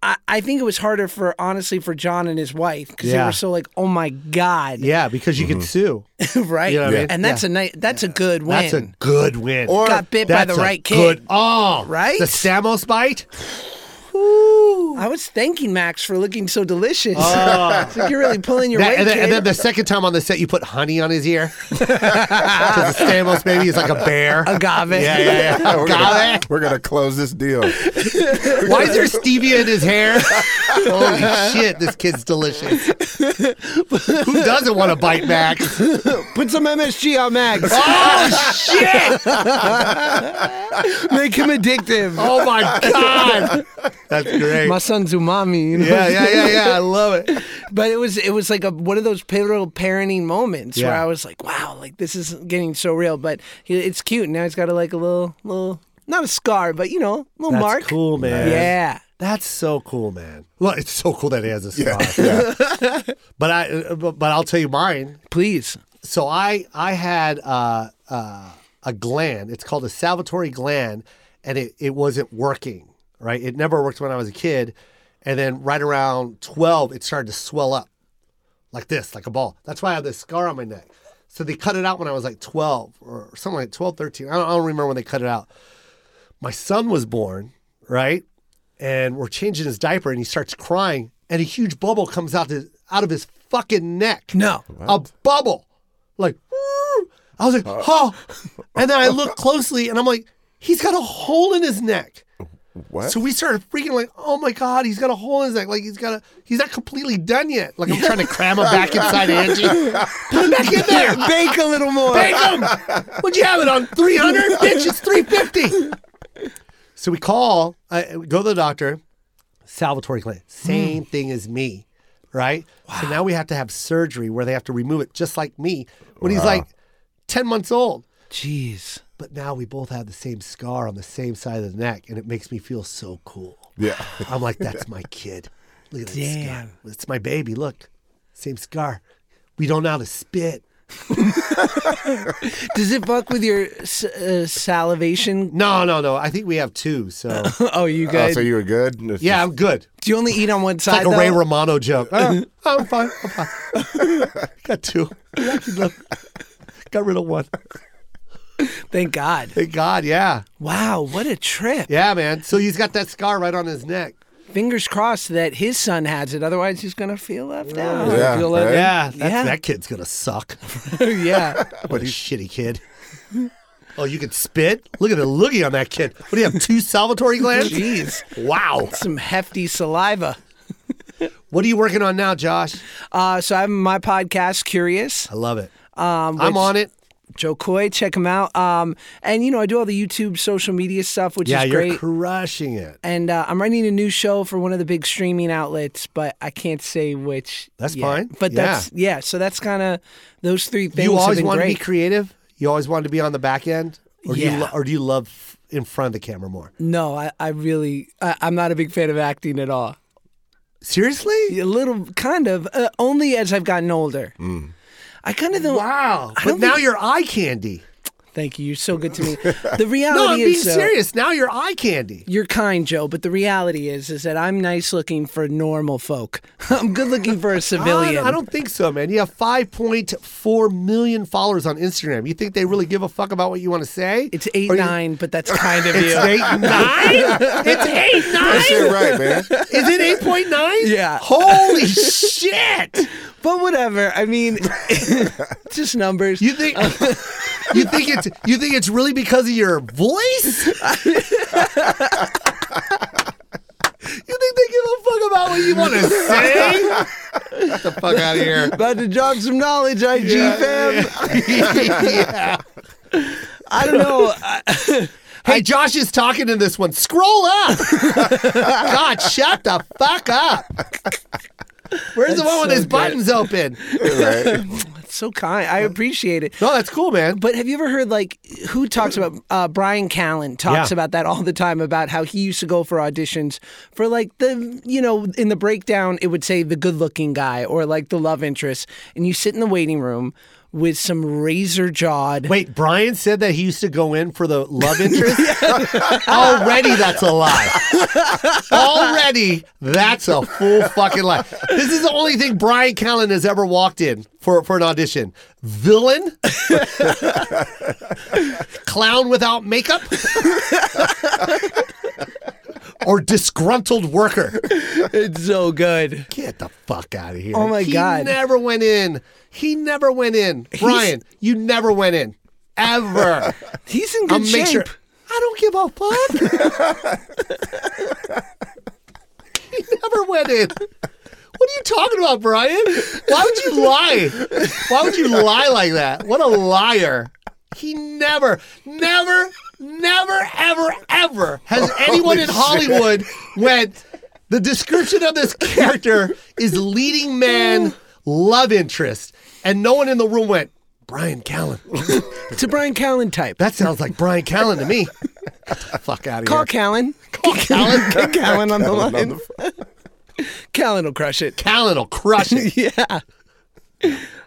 Speaker 2: I, I think it was harder for honestly for John and his wife because
Speaker 1: Yeah.
Speaker 2: they were so like, oh my god,
Speaker 1: Yeah, because you can sue.
Speaker 2: right?
Speaker 1: You know what I mean?
Speaker 2: And that's
Speaker 1: Yeah.
Speaker 2: a nice, that's a good win.
Speaker 1: That's a good win.
Speaker 3: Or-
Speaker 2: Got bit by
Speaker 1: That's
Speaker 2: the
Speaker 1: a
Speaker 2: right kid.
Speaker 1: Good. Oh,
Speaker 2: Right?
Speaker 1: The Stamos bite.
Speaker 2: I was thanking Max for looking so delicious. It's like you're really pulling your
Speaker 1: That-
Speaker 2: weight,
Speaker 1: and, then, and
Speaker 2: kid.
Speaker 1: then the second time on the set, you put honey on his ear. 'Cause the Stamos baby is like a bear.
Speaker 2: agave.
Speaker 1: Yeah, yeah, yeah.
Speaker 3: We're gonna, we're gonna close this deal.
Speaker 1: Why is there stevia in his hair? Holy shit, this kid's delicious. Who doesn't want to bite back?
Speaker 2: Put some MSG on Max.
Speaker 1: Oh shit!
Speaker 2: Make him addictive.
Speaker 1: Oh my god, that's great.
Speaker 2: My son's umami. You know?
Speaker 1: Yeah, yeah, yeah, yeah. I love it.
Speaker 2: But it was it was like a one of those pivotal parenting moments where
Speaker 1: Yeah.
Speaker 2: I was like, wow, like this is getting so real. But he, it's cute. Now he's got a, like a little little not a scar, but you know, a little
Speaker 1: That's
Speaker 2: mark.
Speaker 1: cool, man.
Speaker 2: Yeah.
Speaker 1: That's so cool, man. Well, it's so cool that he has a scar. but I, uh, but but I'll tell you mine.
Speaker 2: Please.
Speaker 1: So I, I had uh, uh, a gland. It's called a salvatory gland, and it, it wasn't working. Right, it never worked when I was a kid, and then right around twelve, it started to swell up, like this, like a ball. That's why I have this scar on my neck. So they cut it out when I was like twelve or something like 12, 13. I don't, I don't remember when they cut it out. My son was born, right, and we're changing his diaper, and he starts crying, and a huge bubble comes out to, out of his fucking neck
Speaker 2: No.
Speaker 1: a bubble. Like, "Woo." I was like, oh. And then I looked closely and I'm like, he's got a hole in his neck.
Speaker 3: What?
Speaker 1: So we started freaking like, oh my God, he's got a hole in his neck. Like he's got a, he's not completely done yet. Like I'm trying to cram him back inside Angie. Put him back in there.
Speaker 2: Bake a little more.
Speaker 1: Bang him. What'd you have it on? 300? Bitch, it's 350. So we call, uh, we go to the doctor, Salvatore Clinic. Same thing as me, right? So now we have to have surgery where they have to remove it, just like me, when he's like 10 months old.
Speaker 2: Jeez.
Speaker 1: But now we both have the same scar on the same side of the neck, and it makes me feel so cool.
Speaker 3: Yeah.
Speaker 1: I'm like, that's my kid. Look at that scar.
Speaker 2: Damn.
Speaker 1: It's my baby. Look, same scar. We don't know how to spit.
Speaker 2: Does it fuck with your s- uh, salivation?
Speaker 1: No, no, no. I think we have two. So
Speaker 2: Oh, you
Speaker 3: Oh,
Speaker 2: guys.
Speaker 3: so you were good? It's
Speaker 1: Yeah, I'm good.
Speaker 2: Do you only eat on one side?
Speaker 1: Like a Ray
Speaker 2: though?
Speaker 1: Romano joke. Oh, I'm fine. I'm fine. Got two. Got rid of one.
Speaker 2: Thank God.
Speaker 1: Thank God, yeah.
Speaker 2: Wow, what a trip.
Speaker 1: Yeah, man. So he's got that scar right on his neck.
Speaker 2: Fingers crossed that his son has it. Otherwise, he's going to feel left out.
Speaker 3: Yeah,
Speaker 2: Feel left-
Speaker 3: right?
Speaker 1: Yeah, that's,
Speaker 2: Yeah.
Speaker 1: that kid's gonna suck.
Speaker 2: yeah.
Speaker 1: What a shitty kid. Oh, you can spit? Look at the loogie on that kid. What do you have? Two salvatory glands?
Speaker 2: Jeez.
Speaker 1: Wow.
Speaker 2: Some hefty saliva.
Speaker 1: What are you working on now, Josh?
Speaker 2: Uh, so I have my podcast, Curious.
Speaker 1: I love it. Um, I'm on it.
Speaker 2: Joe Coy, check him out. Um, and, you know, I do all the YouTube social media stuff, which
Speaker 1: Yeah,
Speaker 2: is
Speaker 1: you're
Speaker 2: great.
Speaker 1: crushing it.
Speaker 2: and uh, I'm writing a new show for one of the big streaming outlets, but I can't say which.
Speaker 1: That's
Speaker 2: yet.
Speaker 1: fine.
Speaker 2: But
Speaker 1: Yeah.
Speaker 2: that's yeah. So that's kind of those three things.
Speaker 1: you
Speaker 2: have
Speaker 1: always
Speaker 2: been
Speaker 1: wanted to
Speaker 2: great.
Speaker 1: be creative. You always wanted to be on the back end, or do
Speaker 2: Yeah.
Speaker 1: you lo- or do you love f- in front of the camera more?
Speaker 2: no, I, I really I, I'm not a big fan of acting at all.
Speaker 1: Seriously?
Speaker 2: A little kind of uh, only as I've gotten older.
Speaker 1: Mm.
Speaker 2: I kind of don't.
Speaker 1: Wow!
Speaker 2: I
Speaker 1: But
Speaker 2: don't
Speaker 1: now
Speaker 2: think-
Speaker 1: you're eye candy.
Speaker 2: Thank you. You're so good to me. The reality
Speaker 1: No, I'm being
Speaker 2: is, though,
Speaker 1: serious. Now you're eye candy.
Speaker 2: You're kind, Joe, but the reality is, is that I'm nice looking for normal folk. I'm good looking for a civilian.
Speaker 1: I, I don't think so, man. You have 5.4 million followers on Instagram. You think they really give a fuck about what you want to say?
Speaker 2: It's eight
Speaker 1: Or you-
Speaker 2: nine, but that's kind of
Speaker 1: It's
Speaker 2: you.
Speaker 1: eight nine. It's eight
Speaker 3: That
Speaker 1: nine.
Speaker 3: shit right, man.
Speaker 1: Is it eight point nine?
Speaker 2: Yeah.
Speaker 1: Holy shit!
Speaker 2: But whatever. I mean, just numbers.
Speaker 1: You think you think it's you think it's really because of your voice? you think they give a fuck about what you want to say? Get the fuck out of here.
Speaker 2: About to drop some knowledge, IG fam.
Speaker 1: yeah.
Speaker 2: I don't know. Uh, I,
Speaker 1: Hey, Josh is talking in this one. Scroll up. God, shut the fuck up. Where's the one with
Speaker 2: so
Speaker 1: his
Speaker 2: good.
Speaker 1: buttons open?
Speaker 3: Right.
Speaker 2: it's so kind. I appreciate it.
Speaker 1: No, that's cool, man.
Speaker 2: But have you ever heard like who talks about uh, Brian Callen talks
Speaker 1: Yeah.
Speaker 2: about that all the time about how he used to go for auditions for like the you know in the breakdown it would say the good looking guy or like the love interest and you sit in the waiting room with some razor jawed
Speaker 1: Wait, Brian said that he used to go in for the love interest? Already that's a lie. Already that's a full fucking lie. This is the only thing Brian Callen has ever walked in for, for an audition. Villain? Clown without makeup? or disgruntled worker?
Speaker 2: it's so good
Speaker 1: Get the fuck out of here.
Speaker 2: Oh my
Speaker 1: he
Speaker 2: God.
Speaker 1: never went in. He never went in. Brian, you never went in. Ever.
Speaker 2: he's in
Speaker 1: I'll
Speaker 2: good shape
Speaker 1: make sure. I don't give a fuck. he never went in. What are you talking about, Brian? Why would you lie? Why would you lie like that? What a liar. He never, never, never, ever, ever has anyone in Hollywood went. The description of this character is leading man, love interest. And no one in the room went, Brian Callen.
Speaker 2: It's a Brian Callen type.
Speaker 1: That sounds like Brian Callen to me. Get the fuck out of
Speaker 2: Call
Speaker 1: here.
Speaker 2: Callen. Call
Speaker 1: Callen.
Speaker 2: Get Callen on the line. Callen will crush it.
Speaker 1: Callen will crush it.
Speaker 2: Yeah.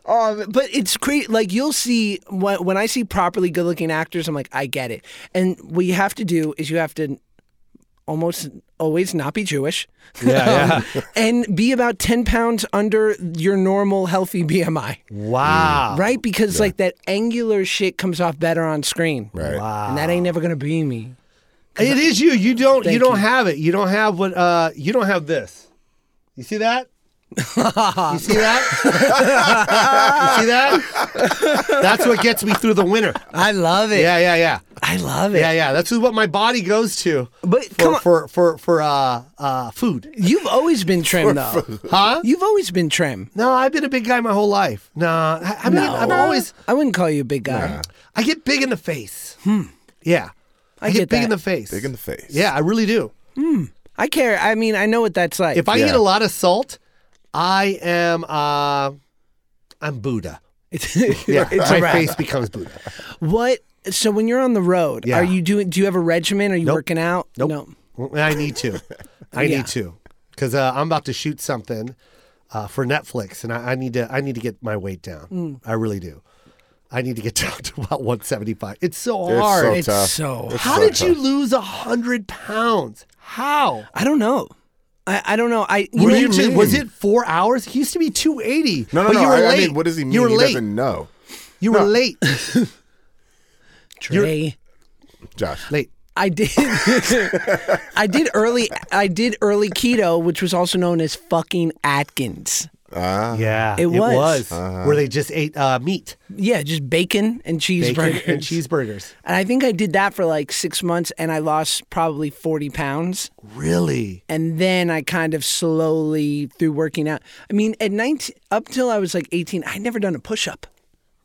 Speaker 2: Um, but it's great. Like you'll see when, when I see properly good-looking actors, I'm like, I get it. And what you have to do is you have to almost always not be Jewish. Um,
Speaker 1: Yeah, yeah.
Speaker 2: and be about 10 pounds under your normal healthy BMI,
Speaker 1: Wow.
Speaker 2: right? Because like that angular shit comes off better on screen.
Speaker 3: Right.
Speaker 2: And that ain't never gonna be me.
Speaker 1: It is you. You don't you
Speaker 2: Thank
Speaker 1: don't
Speaker 2: you.
Speaker 1: have it. You don't have what uh you don't have this. You see that? you see that? you see that? That's what gets me through the winter.
Speaker 2: I love it.
Speaker 1: Yeah, yeah, yeah.
Speaker 2: I love it.
Speaker 1: Yeah, yeah. That's what my body goes to
Speaker 2: But come
Speaker 1: for for
Speaker 2: on.
Speaker 1: for, for uh uh food.
Speaker 2: You've always been trim, though.
Speaker 1: Huh?
Speaker 2: You've always been trim.
Speaker 1: No, I've been a big guy my whole life. Nah, I, I mean I've always
Speaker 2: I wouldn't call you a big guy.
Speaker 1: I get big in the face. Hmm. Yeah. I,
Speaker 2: get
Speaker 1: big
Speaker 2: that.
Speaker 1: in the face.
Speaker 3: Big in the face.
Speaker 1: Yeah, I really do.
Speaker 2: I care. I mean, I know what that's like.
Speaker 1: If I
Speaker 3: Yeah.
Speaker 1: eat a lot of salt, I am uh I'm Buddha.
Speaker 2: It's-
Speaker 1: Yeah,
Speaker 2: it's
Speaker 1: my
Speaker 2: a wrap.
Speaker 1: face becomes Buddha.
Speaker 2: What? So when you're on the road,
Speaker 1: Yeah.
Speaker 2: are you doing? Do you have a regimen? Are you
Speaker 1: Nope.
Speaker 2: working out?
Speaker 1: Nope.
Speaker 2: No.
Speaker 1: I need to. I
Speaker 2: Yeah.
Speaker 1: need to. Cuz uh, I'm about to shoot something uh, for Netflix and I, I need to I need to get my weight down.
Speaker 2: Hmm.
Speaker 1: I really do. I need to get down to about 175. It's so
Speaker 3: It's
Speaker 1: hard.
Speaker 3: so
Speaker 2: It's
Speaker 3: tough.
Speaker 2: so
Speaker 3: It's
Speaker 1: How
Speaker 3: so
Speaker 1: did you
Speaker 3: tough.
Speaker 1: lose 100 pounds? How?
Speaker 2: I don't know. I, I don't know. I you
Speaker 1: Were
Speaker 2: know,
Speaker 1: you just-
Speaker 3: mean?
Speaker 1: was it four hours? He used to be 280.
Speaker 3: No, no,
Speaker 1: but
Speaker 3: no.
Speaker 1: You were
Speaker 3: I,
Speaker 1: late.
Speaker 3: I mean, what does he mean?
Speaker 1: You were
Speaker 3: he
Speaker 1: late.
Speaker 3: doesn't know.
Speaker 1: You were late.
Speaker 2: Dre.
Speaker 3: Josh.
Speaker 1: Late.
Speaker 2: I did. I did early. I did early keto, which was also known as fucking Atkins.
Speaker 3: Ah.
Speaker 1: Yeah,
Speaker 2: It was.
Speaker 3: Uh-huh.
Speaker 1: where they just ate uh, meat,
Speaker 2: Yeah, just bacon and cheeseburgers.
Speaker 1: bacon, and cheeseburgers.
Speaker 2: And I think I did that for like six months, and I lost probably forty pounds.
Speaker 1: Really?
Speaker 2: and then I kind of slowly through working out. I mean, at 19, up till I was like 18, I'd never done a push up.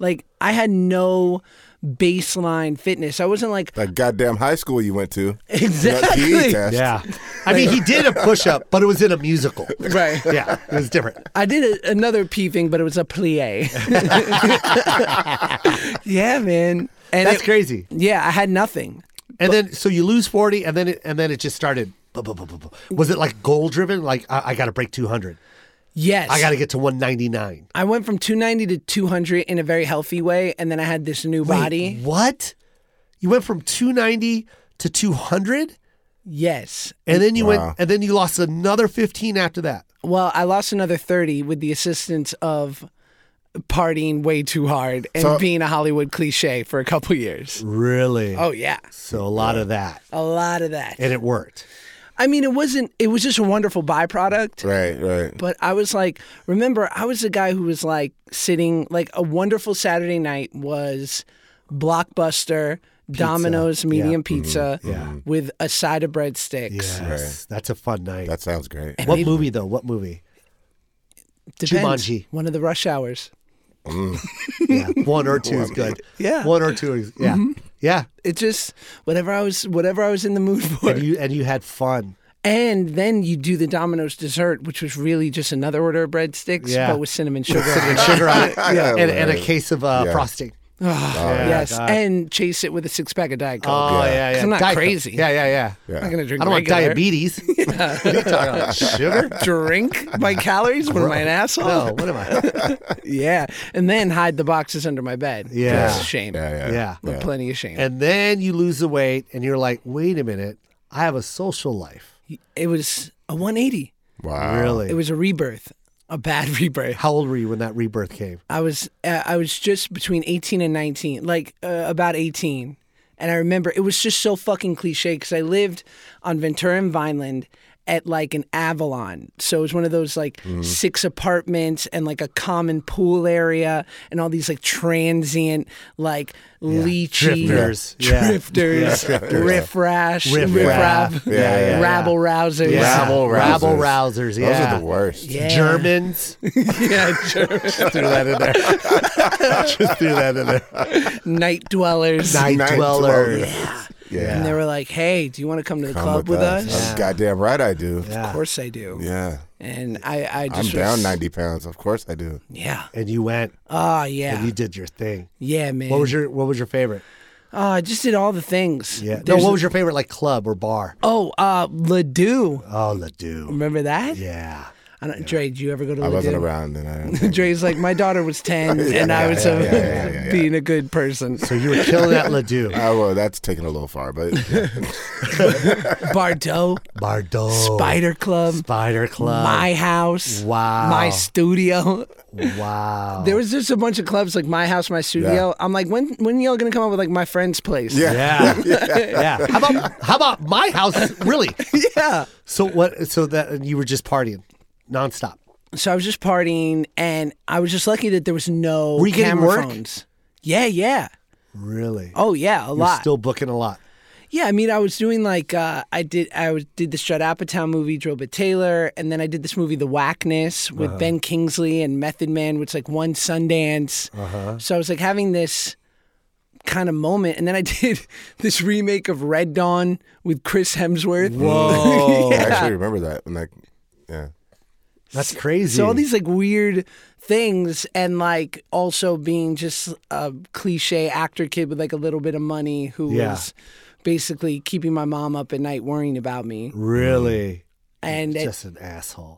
Speaker 2: Like, I had no baseline fitness. I wasn't like,
Speaker 3: That goddamn high school you went to.
Speaker 2: Exactly.
Speaker 3: That PE test.
Speaker 1: Yeah. I mean, he did a push up, but it was in a musical.
Speaker 2: right.
Speaker 1: Yeah, it was different.
Speaker 2: I did a, another pee thing, but it was a plie. yeah, man. And
Speaker 1: That's
Speaker 2: it-
Speaker 1: crazy.
Speaker 2: Yeah, I had nothing.
Speaker 1: And then, so you lose forty, and then it, and then it just started. bu- bu- bu- bu- bu- Was it like goal driven? Like I, I got to break two hundred.
Speaker 2: Yes.
Speaker 1: I got to get to one ninety nine.
Speaker 2: I went from 290 to 200 in a very healthy way, and then I had this new body.
Speaker 1: What? You went from two ninety to two hundred,
Speaker 2: Yes.
Speaker 1: and then you went, and then you lost another fifteen after that.
Speaker 2: Well, I lost another 30 with the assistance of partying way too hard and
Speaker 3: So-
Speaker 2: being a Hollywood cliche for a couple years.
Speaker 1: Really?
Speaker 2: Oh, yeah.
Speaker 1: So a lot of that,
Speaker 2: A lot of that.
Speaker 1: and it worked.
Speaker 2: I mean, it wasn't, it was just a wonderful byproduct.
Speaker 3: Right, right.
Speaker 2: But I was like, remember, I was the guy who was like sitting, like a wonderful Saturday night was Blockbuster, Domino's medium
Speaker 3: Mm-hmm.
Speaker 2: pizza with a side of breadsticks.
Speaker 1: Yes, that's a fun night.
Speaker 3: That sounds great.
Speaker 1: what movie though? What movie?
Speaker 2: Depends.
Speaker 1: Jumanji.
Speaker 2: One of the rush hours.
Speaker 1: Yeah, one or two is good.
Speaker 2: Yeah. Mm-hmm.
Speaker 1: one or two is yeah, yeah.
Speaker 2: It just whatever I was whatever I was in the mood for.
Speaker 1: And you and you had fun.
Speaker 2: And then you do the Domino's dessert, which was really just another order of breadsticks,
Speaker 1: Yeah.
Speaker 2: but with cinnamon sugar.
Speaker 1: and sugar on it,
Speaker 3: Yeah,
Speaker 1: and, and a
Speaker 3: right.
Speaker 1: case of uh,
Speaker 3: Yeah.
Speaker 1: frosting.
Speaker 2: Oh, yes,
Speaker 1: God.
Speaker 2: and chase it with a six pack of Diet Coke.
Speaker 1: Oh yeah, yeah.
Speaker 2: 'Cause I'm not
Speaker 1: Diet Coke.
Speaker 2: crazy.
Speaker 1: Yeah, yeah, yeah.
Speaker 3: Yeah.
Speaker 2: I'm not gonna drink.
Speaker 1: I don't want
Speaker 2: regular.
Speaker 1: diabetes. what are you talking about? Sugar?
Speaker 2: Drink my calories? What am I, an asshole?
Speaker 1: No, what am I?
Speaker 2: Yeah, and then hide the boxes under my bed.
Speaker 1: Yeah.
Speaker 2: it's a shame.
Speaker 3: Yeah, yeah.
Speaker 1: Yeah.
Speaker 2: But plenty of shame.
Speaker 1: And then you lose the weight, and you're like, wait a minute, I have a social life.
Speaker 2: it was a 180.
Speaker 3: Wow.
Speaker 1: Really?
Speaker 2: It was a rebirth, a bad rebirth.
Speaker 1: How old were you when that rebirth came?
Speaker 2: I was uh, I was just between 18 and 19, like uh, about 18. And I remember it was just so fucking cliche because I lived on Ventura and Vineland at like an Avalon. So it was one of those like six apartments and like a common pool area and all these like transient, like leechy
Speaker 1: Drifters. Yeah.
Speaker 2: drifters, riffraff,
Speaker 1: Riff
Speaker 2: riffraff,
Speaker 1: raff. Yeah, yeah, yeah.
Speaker 2: rabble rousers.
Speaker 1: Yeah.
Speaker 3: Rabble rousers.
Speaker 1: Rabble rousers.
Speaker 3: Those
Speaker 1: Yeah.
Speaker 3: are the worst.
Speaker 2: Yeah.
Speaker 1: Germans.
Speaker 2: Yeah, sure.
Speaker 1: Just threw that in there. Just threw that in there.
Speaker 2: night dwellers.
Speaker 1: Night,
Speaker 3: Night
Speaker 1: dwellers.
Speaker 3: dwellers. Yeah.
Speaker 2: And they were like, "Hey, do you want to come to the
Speaker 3: Come
Speaker 2: club with, us?"
Speaker 3: Oh, Goddamn right I do.
Speaker 1: Yeah.
Speaker 2: Of course I do.
Speaker 3: Yeah.
Speaker 2: And I, I just
Speaker 3: I'm
Speaker 2: was-
Speaker 3: down 90 pounds. Of course I do.
Speaker 2: Yeah.
Speaker 1: And you went
Speaker 2: Oh yeah.
Speaker 1: and you did your thing.
Speaker 2: yeah, man.
Speaker 1: What was your What was your favorite?
Speaker 2: Oh, I just did all the things.
Speaker 1: Yeah. No,
Speaker 2: There's-
Speaker 1: what was your favorite like club or bar?
Speaker 2: Oh, uh, Ledoux.
Speaker 1: Oh, Ledoux.
Speaker 2: Remember that?
Speaker 1: Yeah.
Speaker 2: I don't, Dre, did you ever go to
Speaker 3: I wasn't
Speaker 2: Ledoux?
Speaker 3: around then. I don't think.
Speaker 2: Dre's like, my daughter was ten, and I was uh,
Speaker 3: yeah, yeah, yeah, yeah.
Speaker 2: being a good person.
Speaker 1: So you were killing at Ledoux.
Speaker 3: Oh, well, that's taken a little far, but
Speaker 2: Bardo,
Speaker 1: Bardot.
Speaker 2: Spider Club,
Speaker 1: Spider Club.
Speaker 2: my house,
Speaker 1: Oh. Uh, Wow. Oh.
Speaker 2: my studio.
Speaker 1: wow.
Speaker 2: There was just a bunch of clubs like my house, my studio.
Speaker 3: Yeah.
Speaker 2: I'm like, when when y'all gonna come up with like my friend's place?
Speaker 1: yeah. yeah. How about How about my house? Really?
Speaker 2: yeah.
Speaker 1: So what? So that and you were just partying nonstop.
Speaker 2: so I was just partying, and I was just lucky that there was no
Speaker 1: Were you getting
Speaker 2: camera
Speaker 1: work?
Speaker 2: phones. Yeah, yeah.
Speaker 1: Really?
Speaker 2: Oh, yeah, a
Speaker 1: You're
Speaker 2: lot.
Speaker 1: still booking a lot.
Speaker 2: yeah, I mean, I was doing like uh, I did. I was, did the Judd Apatow movie, Drobit Taylor, and then I did this movie, The Whackness, with
Speaker 1: Uh-huh.
Speaker 2: Ben Kingsley and Method Man, which like won Sundance.
Speaker 1: Uh-huh.
Speaker 2: So I was like having this kind of moment, and then I did this remake of Red Dawn with Chris Hemsworth.
Speaker 1: Whoa.
Speaker 3: oh, I actually remember that. And like, yeah.
Speaker 1: That's crazy.
Speaker 2: So all these like weird things, and like also being just a cliche actor kid with like a little bit of money who
Speaker 1: Yeah.
Speaker 2: was basically keeping my mom up at night worrying about me.
Speaker 1: really
Speaker 2: And it-
Speaker 1: Mm. just an asshole.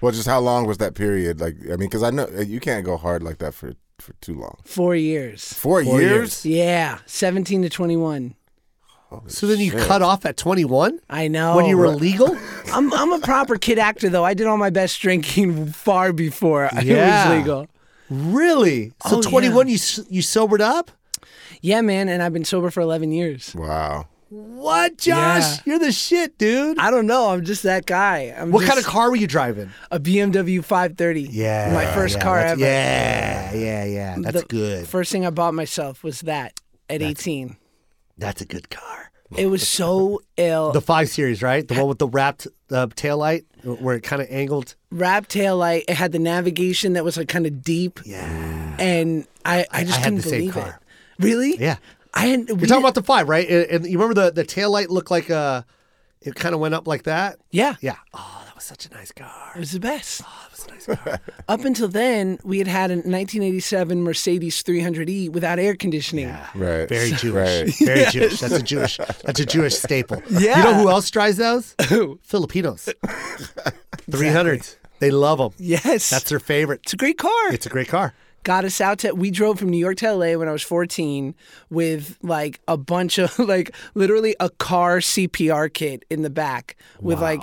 Speaker 3: Well, just how long was that period? Like, I mean, because I know you can't go hard like that for, for too long.
Speaker 2: four years.
Speaker 3: Four,
Speaker 1: years.
Speaker 3: years?
Speaker 2: Yeah, seventeen to twenty-one.
Speaker 1: So then you cut off at 21
Speaker 2: I know.
Speaker 1: when you were legal?
Speaker 2: I'm I'm a proper kid actor though. I did all my best drinking far before it
Speaker 1: Yeah.
Speaker 2: was legal.
Speaker 1: Really? So
Speaker 2: Oh,
Speaker 1: 21 you s- you sobered up?
Speaker 2: Yeah, man, and I've been sober for 11 years.
Speaker 3: Wow.
Speaker 1: What, Josh?
Speaker 2: Yeah.
Speaker 1: You're the shit, dude.
Speaker 2: I don't know. I'm just that guy. I'm
Speaker 1: what
Speaker 2: just
Speaker 1: kind of car were you driving?
Speaker 2: a BMW 530?
Speaker 1: Yeah.
Speaker 2: my first
Speaker 1: yeah,
Speaker 2: car
Speaker 1: that's-
Speaker 2: ever.
Speaker 1: Yeah, yeah, yeah. That's
Speaker 2: The
Speaker 1: good.
Speaker 2: First thing I bought myself was that at 18.
Speaker 1: That's a good car.
Speaker 2: It was so ill.
Speaker 1: The 5 Series, right? The one with the wrapped uh, taillight where it kind of angled.
Speaker 2: Wrap tail light. It had the navigation that was like kind of deep,
Speaker 1: Yeah.
Speaker 2: and I I just
Speaker 1: I had
Speaker 2: couldn't
Speaker 1: the same
Speaker 2: believe
Speaker 1: car.
Speaker 2: it. Really?
Speaker 1: Yeah.
Speaker 2: I hadn't.
Speaker 1: You're talking about the 5, right? And, and you remember the, the taillight looked like a, it kind of went up like that?
Speaker 2: yeah.
Speaker 1: Yeah. Oh, that was such a nice car.
Speaker 2: It was the best.
Speaker 1: That was a nice car.
Speaker 2: Up until then, we had had a 1987 Mercedes 300e without air conditioning.
Speaker 3: Right.
Speaker 1: Very Jewish.
Speaker 3: Right.
Speaker 1: Very Jewish. That's a Jewish. That's a Jewish staple.
Speaker 2: Yeah.
Speaker 1: You know who else drives those? Filipinos. Three hundreds. They love them.
Speaker 2: Yes.
Speaker 1: That's their favorite.
Speaker 2: it's a great car.
Speaker 1: It's a great car.
Speaker 2: got us out to we drove from New York to LA when I was 14 with like a bunch of like literally a car CPR kit in the back with like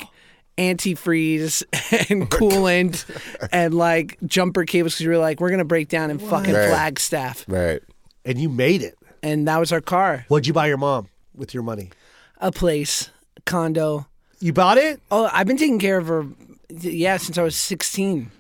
Speaker 2: antifreeze and coolant and like jumper cables because we were like we're gonna break down in fucking
Speaker 3: Right.
Speaker 2: Flagstaff
Speaker 3: Right.
Speaker 1: And you made it.
Speaker 2: and that was our car
Speaker 1: What'd you buy your mom with your money?
Speaker 2: a place a condo
Speaker 1: You bought it,
Speaker 2: oh I've been taking care of her yeah since I was 16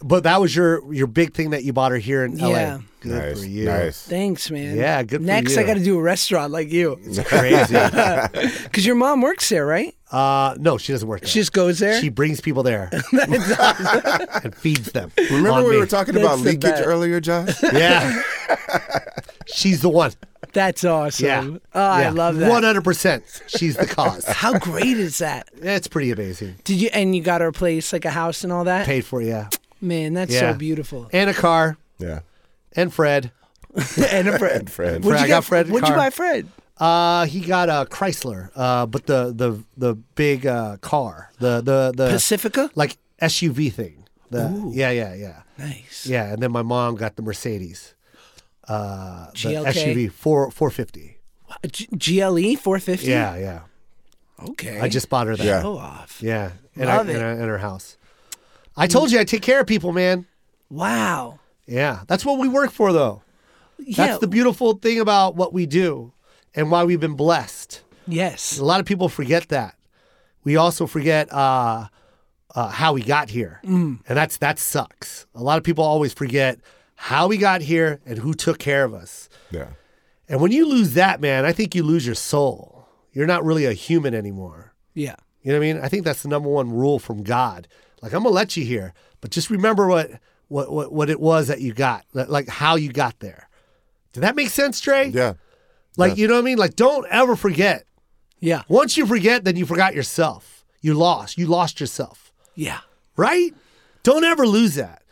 Speaker 1: but that was your your big thing that you bought her here in LA.
Speaker 2: Yeah.
Speaker 1: Good
Speaker 3: Nice.
Speaker 1: for you.
Speaker 3: Nice.
Speaker 2: thanks man
Speaker 1: Yeah, good for
Speaker 2: next I
Speaker 1: you.
Speaker 2: gotta do a restaurant like you
Speaker 1: Crazy.
Speaker 2: because your mom works there right
Speaker 1: uh, no, she doesn't work. There.
Speaker 2: she just goes there
Speaker 1: she brings people there and feeds them. on
Speaker 3: Remember we
Speaker 1: me.
Speaker 3: were talking
Speaker 2: That's
Speaker 3: about
Speaker 2: the
Speaker 3: leakage
Speaker 2: bet.
Speaker 3: earlier, Josh?
Speaker 1: Yeah. She's the one.
Speaker 2: That's awesome.
Speaker 1: Yeah.
Speaker 2: Oh, I love that.
Speaker 1: One hundred percent. She's the cause.
Speaker 2: How great is that?
Speaker 1: That's pretty amazing.
Speaker 2: Did you and you got her a place like a house and all that?
Speaker 1: Paid for, yeah.
Speaker 2: Man, that's
Speaker 1: Yeah.
Speaker 2: so beautiful.
Speaker 1: And a car.
Speaker 3: yeah.
Speaker 1: And Fred.
Speaker 2: and a Fred.
Speaker 3: Fred.
Speaker 1: Fred, I got Fred a
Speaker 2: What'd you
Speaker 1: car.
Speaker 2: buy Fred?
Speaker 1: Uh, he got a Chrysler. Uh, but the the the big uh car, the the the
Speaker 2: Pacifica?
Speaker 1: like SUV thing. The, Yeah, yeah, yeah,
Speaker 2: Nice.
Speaker 1: yeah. And then my mom got the Mercedes. Uh, the
Speaker 2: GLK?
Speaker 1: SUV four four fifty.
Speaker 2: A G- GLE 450?
Speaker 1: Yeah, yeah.
Speaker 2: Okay.
Speaker 1: I just bought her that.
Speaker 3: Yeah.
Speaker 2: go off.
Speaker 1: Yeah, and,
Speaker 2: Love
Speaker 1: I,
Speaker 2: it.
Speaker 1: and, I- and her house. I told you I take care of people, man.
Speaker 2: Wow.
Speaker 1: Yeah, that's what we work for, though.
Speaker 2: Yeah.
Speaker 1: That's the beautiful thing about what we do and why we've been blessed.
Speaker 2: yes.
Speaker 1: A lot of people forget that. We also forget uh, uh, how we got here,
Speaker 2: Mm.
Speaker 1: and that's that sucks. A lot of people always forget how we got here and who took care of us.
Speaker 3: Yeah.
Speaker 1: And when you lose that, man, I think you lose your soul. You're not really a human anymore.
Speaker 2: Yeah.
Speaker 1: You know what I mean? I think that's the number one rule from God. Like I'm gonna let you here, but just remember what what what, what it was that you got, like like how you got there. Did that make sense, Trey?
Speaker 3: Yeah.
Speaker 1: Like you know what I mean? Like don't ever forget.
Speaker 2: Yeah.
Speaker 1: Once you forget, then you forgot yourself. You lost. You lost yourself.
Speaker 2: Yeah.
Speaker 1: Right? Don't ever lose that.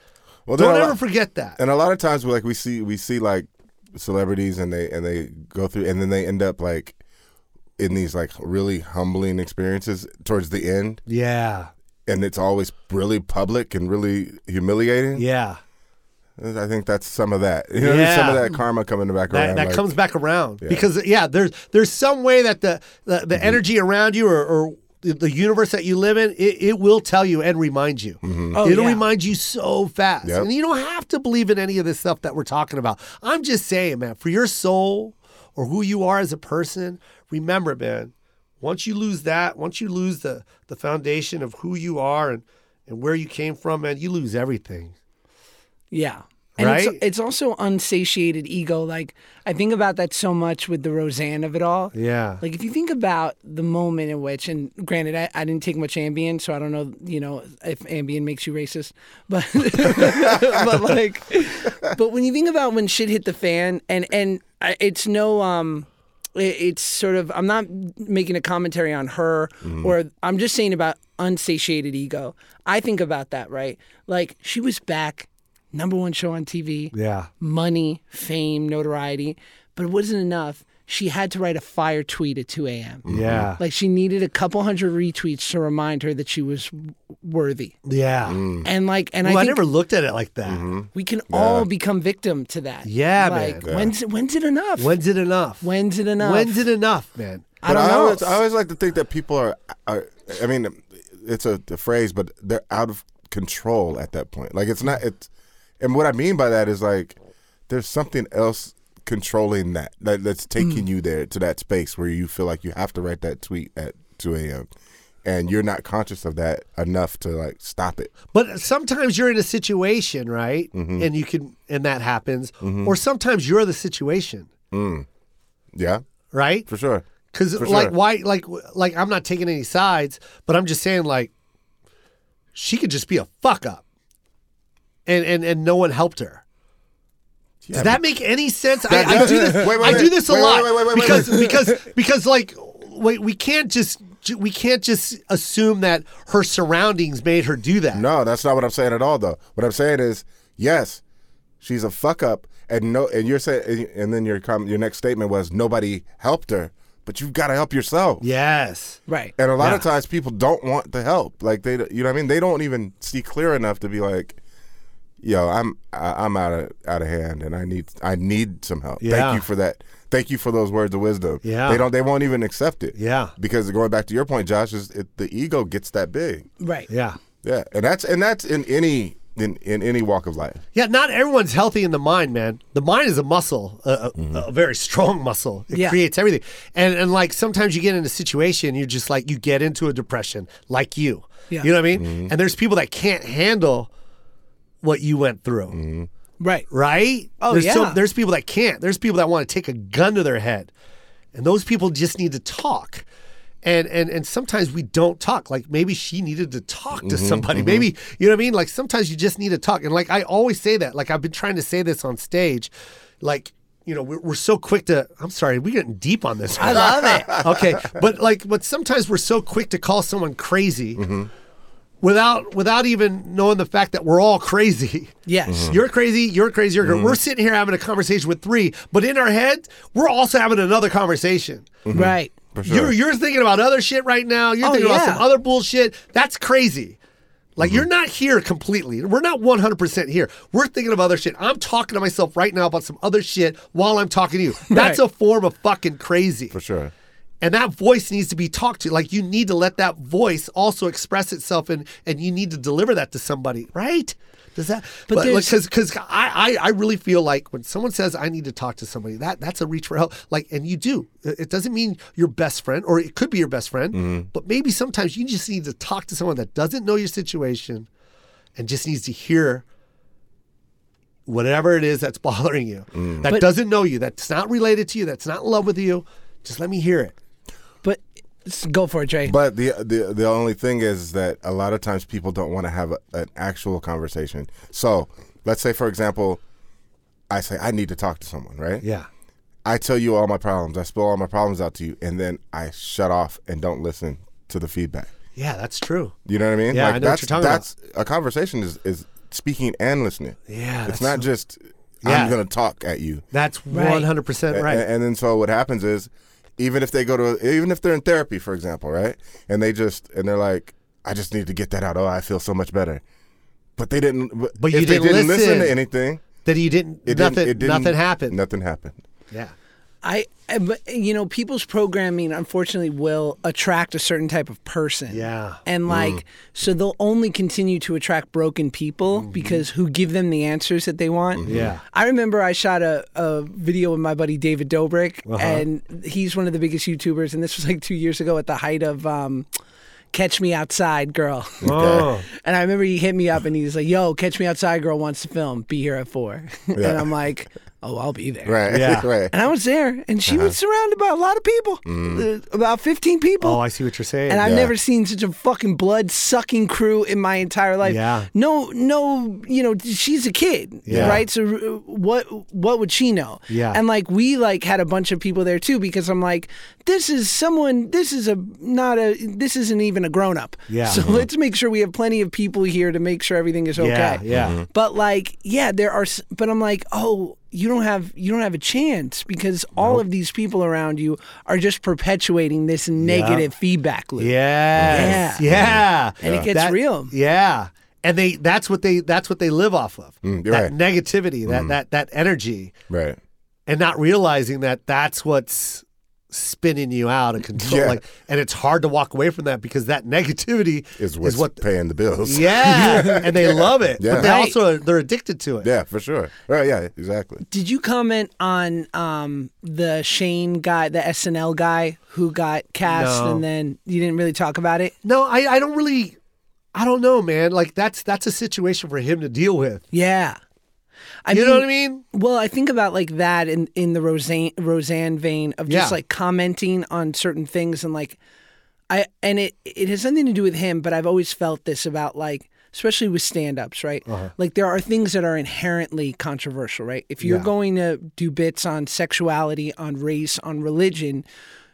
Speaker 3: Well, then
Speaker 1: Don't
Speaker 3: a
Speaker 1: ever
Speaker 3: lot-
Speaker 1: forget that.
Speaker 3: And a lot of times, like we see, we see like celebrities, and they and they go through, and then they end up like in these like really humbling experiences towards the end,
Speaker 1: Yeah.
Speaker 3: and it's always really public and really humiliating.
Speaker 1: Yeah.
Speaker 3: I think that's some of that. You know,
Speaker 1: Yeah.
Speaker 3: some of that karma coming back
Speaker 1: That,
Speaker 3: around.
Speaker 1: that
Speaker 3: like-
Speaker 1: comes back around because yeah, there's there's some way that the the, the
Speaker 3: Mm-hmm.
Speaker 1: energy around you or, or the- the universe that you live in, it, it will tell you and remind you.
Speaker 2: Oh,
Speaker 1: It'll
Speaker 2: yeah.
Speaker 1: remind you so fast,
Speaker 3: Mm-hmm. Yep.
Speaker 1: and you don't have to believe in any of this stuff that we're talking about. I'm just saying, man, for your soul or who you are as a person, remember, man. Once you lose that, once you lose the the foundation of who you are and and where you came from, man, you lose everything.
Speaker 2: Yeah. And
Speaker 1: Right?
Speaker 2: it's, it's also unsatiated ego. Like, I think about that so much with the Roseanne of it all.
Speaker 1: Yeah.
Speaker 2: Like if you think about the moment in which, and granted, I, I didn't take much Ambien, so I don't know, you know, if Ambien makes you racist, but but like, but when you think about when shit hit the fan, and and I- it's no, um, i- it's sort of I'm not making a commentary on her, or I'm just saying about unsatiated ego. I think about that, right? Like she was back, number one show on TV
Speaker 1: yeah.
Speaker 2: money, fame, notoriety, but it wasn't enough. She had to write a fire tweet at 2 a.m.
Speaker 3: Mm-hmm.
Speaker 1: Yeah.
Speaker 2: Like she needed a couple hundred retweets to remind her that she was w- worthy.
Speaker 1: yeah.
Speaker 3: Mm-hmm.
Speaker 2: And like, and
Speaker 1: Ooh,
Speaker 2: I
Speaker 1: Mm. I,
Speaker 2: think
Speaker 1: never looked at it like that.
Speaker 2: we can all become victim to that.
Speaker 1: Yeah, man.
Speaker 2: like, When's when's it enough?
Speaker 1: When's it enough?
Speaker 2: when's it enough?
Speaker 1: When's it enough, man?
Speaker 2: I don't
Speaker 3: I
Speaker 2: know.
Speaker 3: always, I always like to think that people are, are I mean, it's a, a phrase, but they're out of control at that point. Like it's not it's, and what I mean by that is like there's something else controlling that, that that's taking
Speaker 2: Mm.
Speaker 3: you there to that space where you feel like you have to write that tweet at 2 a.m. and you're not conscious of that enough to like stop it.
Speaker 1: But sometimes you're in a situation, right? And you can, and that happens. Or sometimes you're the situation,
Speaker 3: Yeah,
Speaker 1: right?
Speaker 3: for sure.
Speaker 1: Because
Speaker 3: For
Speaker 1: like
Speaker 3: sure.
Speaker 1: why like like I'm not taking any sides, but I'm just saying like she could just be a fuck up, and and and no one helped her. Does that make any sense? I, I do this.
Speaker 3: Wait, wait,
Speaker 1: I do
Speaker 3: wait.
Speaker 1: this a
Speaker 3: Wait, wait,
Speaker 1: lot
Speaker 3: wait, wait, wait, wait.
Speaker 1: because because because like wait, we can't just we can't just assume that her surroundings made her do that.
Speaker 3: No, that's not what I'm saying at all. Though what I'm saying is, yes, she's a fuck up, and no, and you're saying, and, and then your com- your next statement was nobody helped her, but you've got to help yourself.
Speaker 1: Yes.
Speaker 2: Right.
Speaker 3: And a lot of times people don't want the help. Like they, you know, what I mean, they don't even see clear enough to be like, "Yo, I'm I- I'm out of out of hand, and I need I need some help."
Speaker 1: Yeah.
Speaker 3: Thank you for that. Thank you for those words of wisdom.
Speaker 1: Yeah.
Speaker 3: They don't. They won't even accept it.
Speaker 1: Yeah.
Speaker 3: Because going back to your point, Josh, is it, the ego gets that big.
Speaker 2: Right.
Speaker 1: Yeah.
Speaker 3: Yeah, and that's and that's in any in, in any walk of life.
Speaker 1: Yeah, not everyone's healthy in the mind, man. The mind is a muscle, a, a, a very strong muscle. It
Speaker 2: Yeah.
Speaker 1: creates everything. And and like sometimes you get in a situation, you're just like you get into a depression, like you.
Speaker 2: Yeah.
Speaker 1: You know what I mean? And there's people that can't handle what you went through,
Speaker 2: Right.
Speaker 1: right?
Speaker 2: Oh,
Speaker 1: there's
Speaker 2: yeah.
Speaker 1: there's people that can't. There's people that want to take a gun to their head, and those people just need to talk. And, and and sometimes we don't talk. Like maybe she needed to talk to somebody. Maybe you know what I mean. Like sometimes you just need to talk. And like I always say that. Like I've been trying to say this on stage. Like you know we're, we're so quick to. I'm sorry, we're getting deep on this. I love it. okay, but like but sometimes we're so quick to call someone crazy without without even knowing the fact that we're all crazy.
Speaker 2: Yes.
Speaker 1: You're crazy. You're crazy. You're crazy. We're sitting here having a conversation with three, but in our head, we're also having another conversation.
Speaker 2: Right.
Speaker 1: You're you're thinking about other shit right now. You're
Speaker 2: Oh,
Speaker 1: thinking about
Speaker 2: yeah.
Speaker 1: some other bullshit. That's crazy. Like you're not here completely. We're not 100% here. We're thinking of other shit. I'm talking to myself right now about some other shit while I'm talking to you. That's
Speaker 2: Right.
Speaker 1: a form of fucking crazy.
Speaker 3: For sure.
Speaker 1: And that voice needs to be talked to. Like you need to let that voice also express itself, and and you need to deliver that to somebody, right? Does that? But
Speaker 2: there's-
Speaker 1: because because I, I I really feel like when someone says I need to talk to somebody, that that's a reach for help. Like, and you do. It it doesn't mean your best friend, or it could be your best friend,
Speaker 2: Mm-hmm.
Speaker 1: but maybe sometimes you just need to talk to someone that doesn't know your situation, and just needs to hear whatever it is that's bothering you, that
Speaker 2: Mm. But-
Speaker 1: doesn't know you, that's not related to you, that's not in love with you. Just let me hear it.
Speaker 2: But s- go for it, Jay.
Speaker 3: But the the the only thing is that a lot of times people don't want to have a, an actual conversation. So let's say, for example, I say I need to talk to someone, right?
Speaker 1: Yeah.
Speaker 3: I tell you all my problems. I spill all my problems out to you, and then I shut off and don't listen to the feedback.
Speaker 1: Yeah, that's true.
Speaker 3: You know what I mean?
Speaker 1: Yeah, I know what
Speaker 3: that's
Speaker 1: you're talking
Speaker 3: that's a conversation is is speaking and listening.
Speaker 1: Yeah, that's
Speaker 3: it's not just
Speaker 1: Yeah.
Speaker 3: I'm going to talk at you.
Speaker 1: That's
Speaker 2: Right.
Speaker 1: 100%
Speaker 3: A-
Speaker 1: right.
Speaker 3: And, then so what happens is, even if they go to, even if they're in therapy, for example, right, and they just and they're like, I just need to get that out. Oh, I feel so much better. But they didn't.
Speaker 1: But you
Speaker 3: if they
Speaker 1: didn't
Speaker 3: didn't
Speaker 1: listen.
Speaker 3: to anything.
Speaker 1: that he didn't,
Speaker 3: It
Speaker 1: nothing,
Speaker 3: Didn't, it didn't,
Speaker 1: nothing happened.
Speaker 3: Nothing happened.
Speaker 1: Yeah.
Speaker 2: I, I- but you know, people's programming unfortunately will attract a certain type of person.
Speaker 1: Yeah. Mm.
Speaker 2: And like, so they'll only continue to attract broken people because who give them the answers that they want.
Speaker 1: Mm-hmm. Yeah.
Speaker 2: I remember I shot a, a video with my buddy David Dobrik,
Speaker 1: Uh-huh.
Speaker 2: and he's one of the biggest YouTubers. And this was like two years ago at the height of um, Catch Me Outside Girl.
Speaker 1: Oh.
Speaker 2: And I remember he hit me up and he's like, "Yo, Catch Me Outside Girl wants to film. Be here at 4. and I'm like, "Oh, I'll be there."
Speaker 3: Right.
Speaker 1: Yeah.
Speaker 3: right.
Speaker 2: And I was there, and she was surrounded by a lot of people, uh, about 15 people.
Speaker 1: Uh-huh. Mm. Oh, I see what you're saying.
Speaker 2: and I've
Speaker 3: Yeah.
Speaker 2: never seen such a fucking blood sucking crew in my entire life.
Speaker 1: Yeah.
Speaker 2: No, no, you know, she's a kid,
Speaker 1: Yeah.
Speaker 2: right? So uh, what what would she know?
Speaker 1: Yeah.
Speaker 2: And like we like had a bunch of people there too because I'm like, this is someone. This is a not a. This isn't even a grown up.
Speaker 1: Yeah. Uh-huh.
Speaker 2: So let's make sure we have plenty of people here to make sure everything is okay.
Speaker 1: Yeah, yeah.
Speaker 3: Mm-hmm.
Speaker 1: Mhm.
Speaker 2: But like, yeah, there are. s- But I'm like, oh, you don't have you don't have a chance because all of these people around you are just perpetuating this negative feedback loop.
Speaker 3: Mm-hmm.
Speaker 1: yes.
Speaker 2: Yeah.
Speaker 1: Yeah.
Speaker 2: And it gets
Speaker 1: That-
Speaker 2: real.
Speaker 1: Yeah. And they that's what they that's what they live off of.
Speaker 3: Mm, you're
Speaker 1: that
Speaker 3: right. Mm-hmm.
Speaker 1: negativity, that that that energy
Speaker 3: Right.
Speaker 1: and not realizing that that's what's spinning you out and control
Speaker 3: Yeah.
Speaker 1: like and it's hard to walk away from that because that negativity
Speaker 3: Is what's
Speaker 1: what
Speaker 3: paying the bills.
Speaker 1: yeah and they love it
Speaker 3: Yeah.
Speaker 1: but they
Speaker 2: Right.
Speaker 1: also they're addicted to it
Speaker 3: Yeah, for sure. Right, yeah, exactly.
Speaker 2: Did you comment on um, the Shane guy, the SNL guy who got cast,
Speaker 1: No.
Speaker 2: and then you didn't really talk about it?
Speaker 1: no I, I don't really I don't know man like that's that's a situation for him to deal with
Speaker 2: Yeah, I
Speaker 1: you
Speaker 2: mean,
Speaker 1: know what I mean
Speaker 2: Well, I think about like that in in the Roseanne Roseanne vein of just
Speaker 1: Yeah.
Speaker 2: like commenting on certain things and like I and it it has nothing to do with him, but I've always felt this about like especially with stand-ups, right?
Speaker 1: Uh-huh.
Speaker 2: Like there are things that are inherently controversial, right? If you're
Speaker 1: Yeah.
Speaker 2: going to do bits on sexuality, on race, on religion,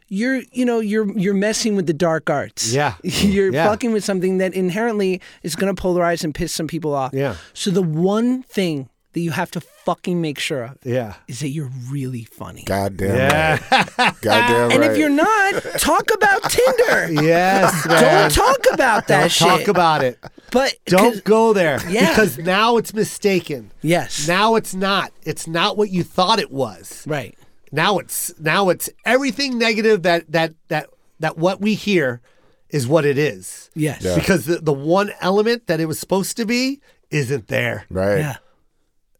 Speaker 2: you're you know, you're you're messing with the dark arts.
Speaker 1: Yeah.
Speaker 2: you're
Speaker 1: Yeah.
Speaker 2: fucking with something that inherently is going to polarize and piss some people off.
Speaker 1: Yeah.
Speaker 2: So the one thing that you have to fucking make sure of
Speaker 1: yeah
Speaker 2: is that you're really funny.
Speaker 3: Goddamn
Speaker 1: yeah
Speaker 3: right. Goddamn
Speaker 2: And
Speaker 3: right.
Speaker 2: if you're not, talk about Tinder.
Speaker 1: yes man.
Speaker 2: Don't talk about that
Speaker 1: Don't
Speaker 2: shit.
Speaker 1: talk about it
Speaker 2: but 'cause-
Speaker 1: don't go there
Speaker 2: Yeah.
Speaker 1: because now it's mistaken
Speaker 2: Yes.
Speaker 1: now it's not it's not what you thought it was
Speaker 2: right.
Speaker 1: now it's now it's everything negative that that that that what we hear is what it is
Speaker 2: Yes.
Speaker 3: Yeah.
Speaker 1: because the, the one element that it was supposed to be isn't there
Speaker 3: right.
Speaker 2: Yeah.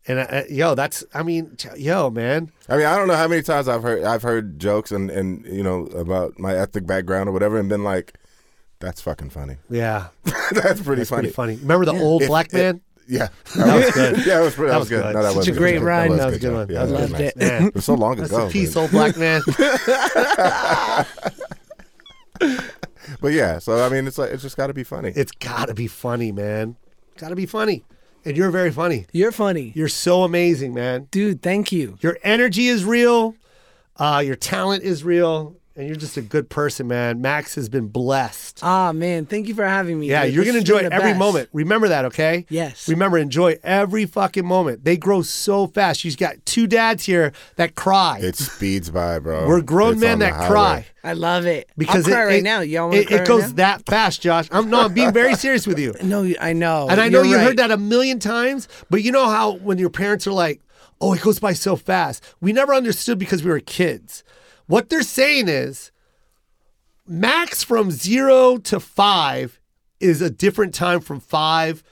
Speaker 1: and I, I- yo that's i mean ch- yo man
Speaker 3: I mean, I don't know how many times I've heard I've heard jokes and and you know about my ethnic background or whatever, and been like, "That's fucking funny.
Speaker 1: yeah
Speaker 3: That's pretty funny."
Speaker 1: pretty funny remember the old
Speaker 3: If-
Speaker 1: black
Speaker 3: if-
Speaker 1: man
Speaker 3: Yeah, that was
Speaker 1: good.
Speaker 3: Yeah, it was pretty. That, was good. No, that
Speaker 1: Such
Speaker 3: was
Speaker 1: a
Speaker 3: good.
Speaker 1: great rhyme.
Speaker 3: That
Speaker 1: That
Speaker 3: was
Speaker 1: was a good
Speaker 3: job.
Speaker 1: one.
Speaker 3: Yeah,
Speaker 1: That was
Speaker 3: that was
Speaker 2: Loved
Speaker 3: nice.
Speaker 2: it.
Speaker 1: Man,
Speaker 3: It was so long
Speaker 1: that's
Speaker 3: ago.
Speaker 1: a piece
Speaker 3: but,
Speaker 1: old black man
Speaker 3: but yeah, so I mean, it's like it's just got to be funny.
Speaker 1: it's gotta be funny man gotta be funny and you're very funny
Speaker 2: You're funny.
Speaker 1: you're so amazing man
Speaker 2: Dude, thank you.
Speaker 1: your energy is real, uh, your talent is real, and you're just a good person, man. Max has been blessed.
Speaker 2: Ah, man. Thank you for having me.
Speaker 1: Yeah,
Speaker 2: dude.
Speaker 1: you're
Speaker 2: This
Speaker 1: gonna
Speaker 2: has been
Speaker 1: enjoy
Speaker 2: the
Speaker 1: every
Speaker 2: best.
Speaker 1: moment. Remember that, okay?
Speaker 2: Yes.
Speaker 1: Remember, enjoy every fucking moment. They grow so fast. She's got two dads here that cry.
Speaker 3: It speeds by, bro.
Speaker 1: We're grown
Speaker 3: It's
Speaker 1: men
Speaker 3: on the
Speaker 1: that
Speaker 3: highway.
Speaker 1: cry
Speaker 2: I love it.
Speaker 1: because
Speaker 2: I'll cry
Speaker 1: it,
Speaker 2: right
Speaker 1: it-
Speaker 2: now. Y'all want
Speaker 1: it,
Speaker 2: cry
Speaker 1: it
Speaker 2: right
Speaker 1: goes
Speaker 2: now?
Speaker 1: that fast, Josh. I'm no, I'm being very serious with you.
Speaker 2: No, I know.
Speaker 1: And I know
Speaker 2: You're
Speaker 1: you
Speaker 2: right.
Speaker 1: heard that a million times, but you know how when your parents are like, oh, it goes by so fast. We never understood because we were kids. What they're saying is max from zero to five is a different time from five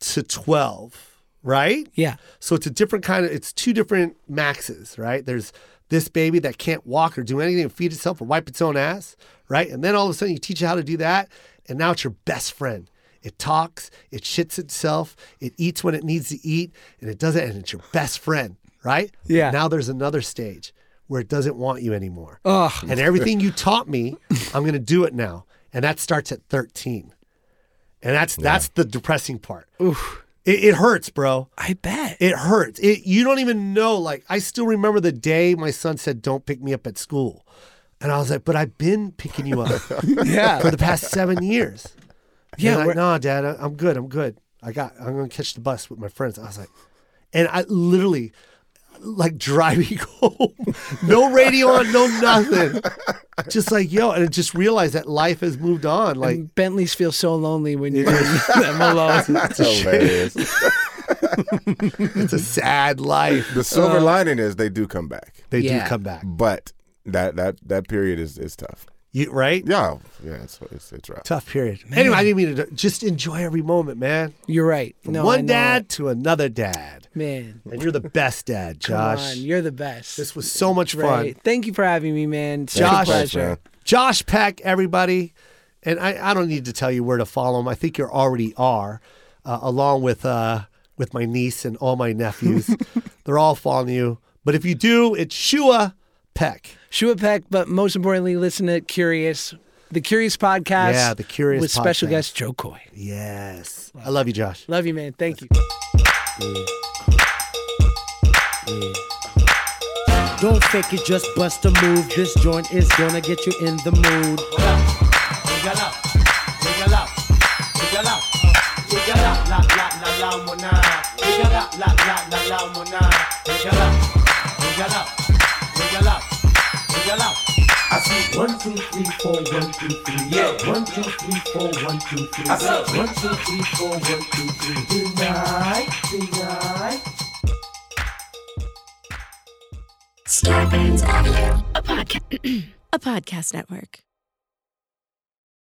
Speaker 1: to 12, right?
Speaker 2: Yeah.
Speaker 1: So it's a different kind of, it's two different maxes, right? There's this baby that can't walk or do anything, feed itself or wipe its own ass, right? And then all of a sudden you teach it how to do that, and now it's your best friend. It talks, it shits itself, it eats when it needs to eat, and it doesn't, and it's your best friend, right?
Speaker 2: Yeah.
Speaker 1: Now there's another stage where it doesn't want you anymore.
Speaker 2: Ugh.
Speaker 1: And everything you taught me, I'm going to do it now. And that starts at 13. And that's that's the depressing part. It, it hurts, bro.
Speaker 2: I bet.
Speaker 1: It hurts. It you don't even know. Like I still remember the day my son said, "Don't pick me up at school," and I was like, "But I've been picking you up
Speaker 2: yeah.
Speaker 1: for the past seven years."
Speaker 2: Yeah,
Speaker 1: Yeah, like,
Speaker 2: we're-
Speaker 1: no, Dad, I- I'm good. I'm good. I got. I'm gonna catch the bus with my friends. I was like, and I literally, like driving home, no radio on, no nothing, just like yo, and I just realized that life has moved on. Like
Speaker 2: Bentleys feel so lonely when you're them alone.
Speaker 3: It's hilarious.
Speaker 2: Mm-hmm.
Speaker 1: it's a sad life.
Speaker 3: the silver lining is they do come back,
Speaker 1: They
Speaker 2: Yeah.
Speaker 1: do come back.
Speaker 3: but that that that period is is tough.
Speaker 1: You right?
Speaker 3: Yeah, yeah, it's it's, it's rough.
Speaker 1: Tough period. Anyway, I didn't mean to. Just enjoy every moment, man.
Speaker 2: You're right. No, I
Speaker 1: One
Speaker 2: know.
Speaker 1: dad to another dad.
Speaker 2: Man,
Speaker 1: And you're the best dad,
Speaker 2: come
Speaker 1: Josh.
Speaker 2: on, you're the best.
Speaker 1: this was so much
Speaker 2: Ray,
Speaker 1: fun.
Speaker 2: Thank you for having me, man. It's
Speaker 1: Josh.
Speaker 2: a
Speaker 3: Thanks,
Speaker 2: pleasure.
Speaker 3: man.
Speaker 1: Josh Peck, everybody. And I, I don't need to tell you where to follow him. I think you already are, uh, along with uh, with my niece and all my nephews. They're all following you. But if you do, it's Shua Peck.
Speaker 2: Shua Peck, but most importantly, listen to Curious, the Curious podcast.
Speaker 1: Yeah, The Curious
Speaker 2: with special
Speaker 1: podcast.
Speaker 2: guest Joe Coy.
Speaker 1: Yes. I love you, Josh.
Speaker 2: Love you, man. Thank you.
Speaker 6: Don't fake it, just bust a move. This joint is gonna get you in the mood.
Speaker 7: I see one, two, three, four, one, two, three. Yeah, one, two, three, four, one, two, three. I see one, two, three, four, one, two, three. Deny, deny.
Speaker 4: Scarpins Avenue. A podcast.
Speaker 8: podca- a podcast network.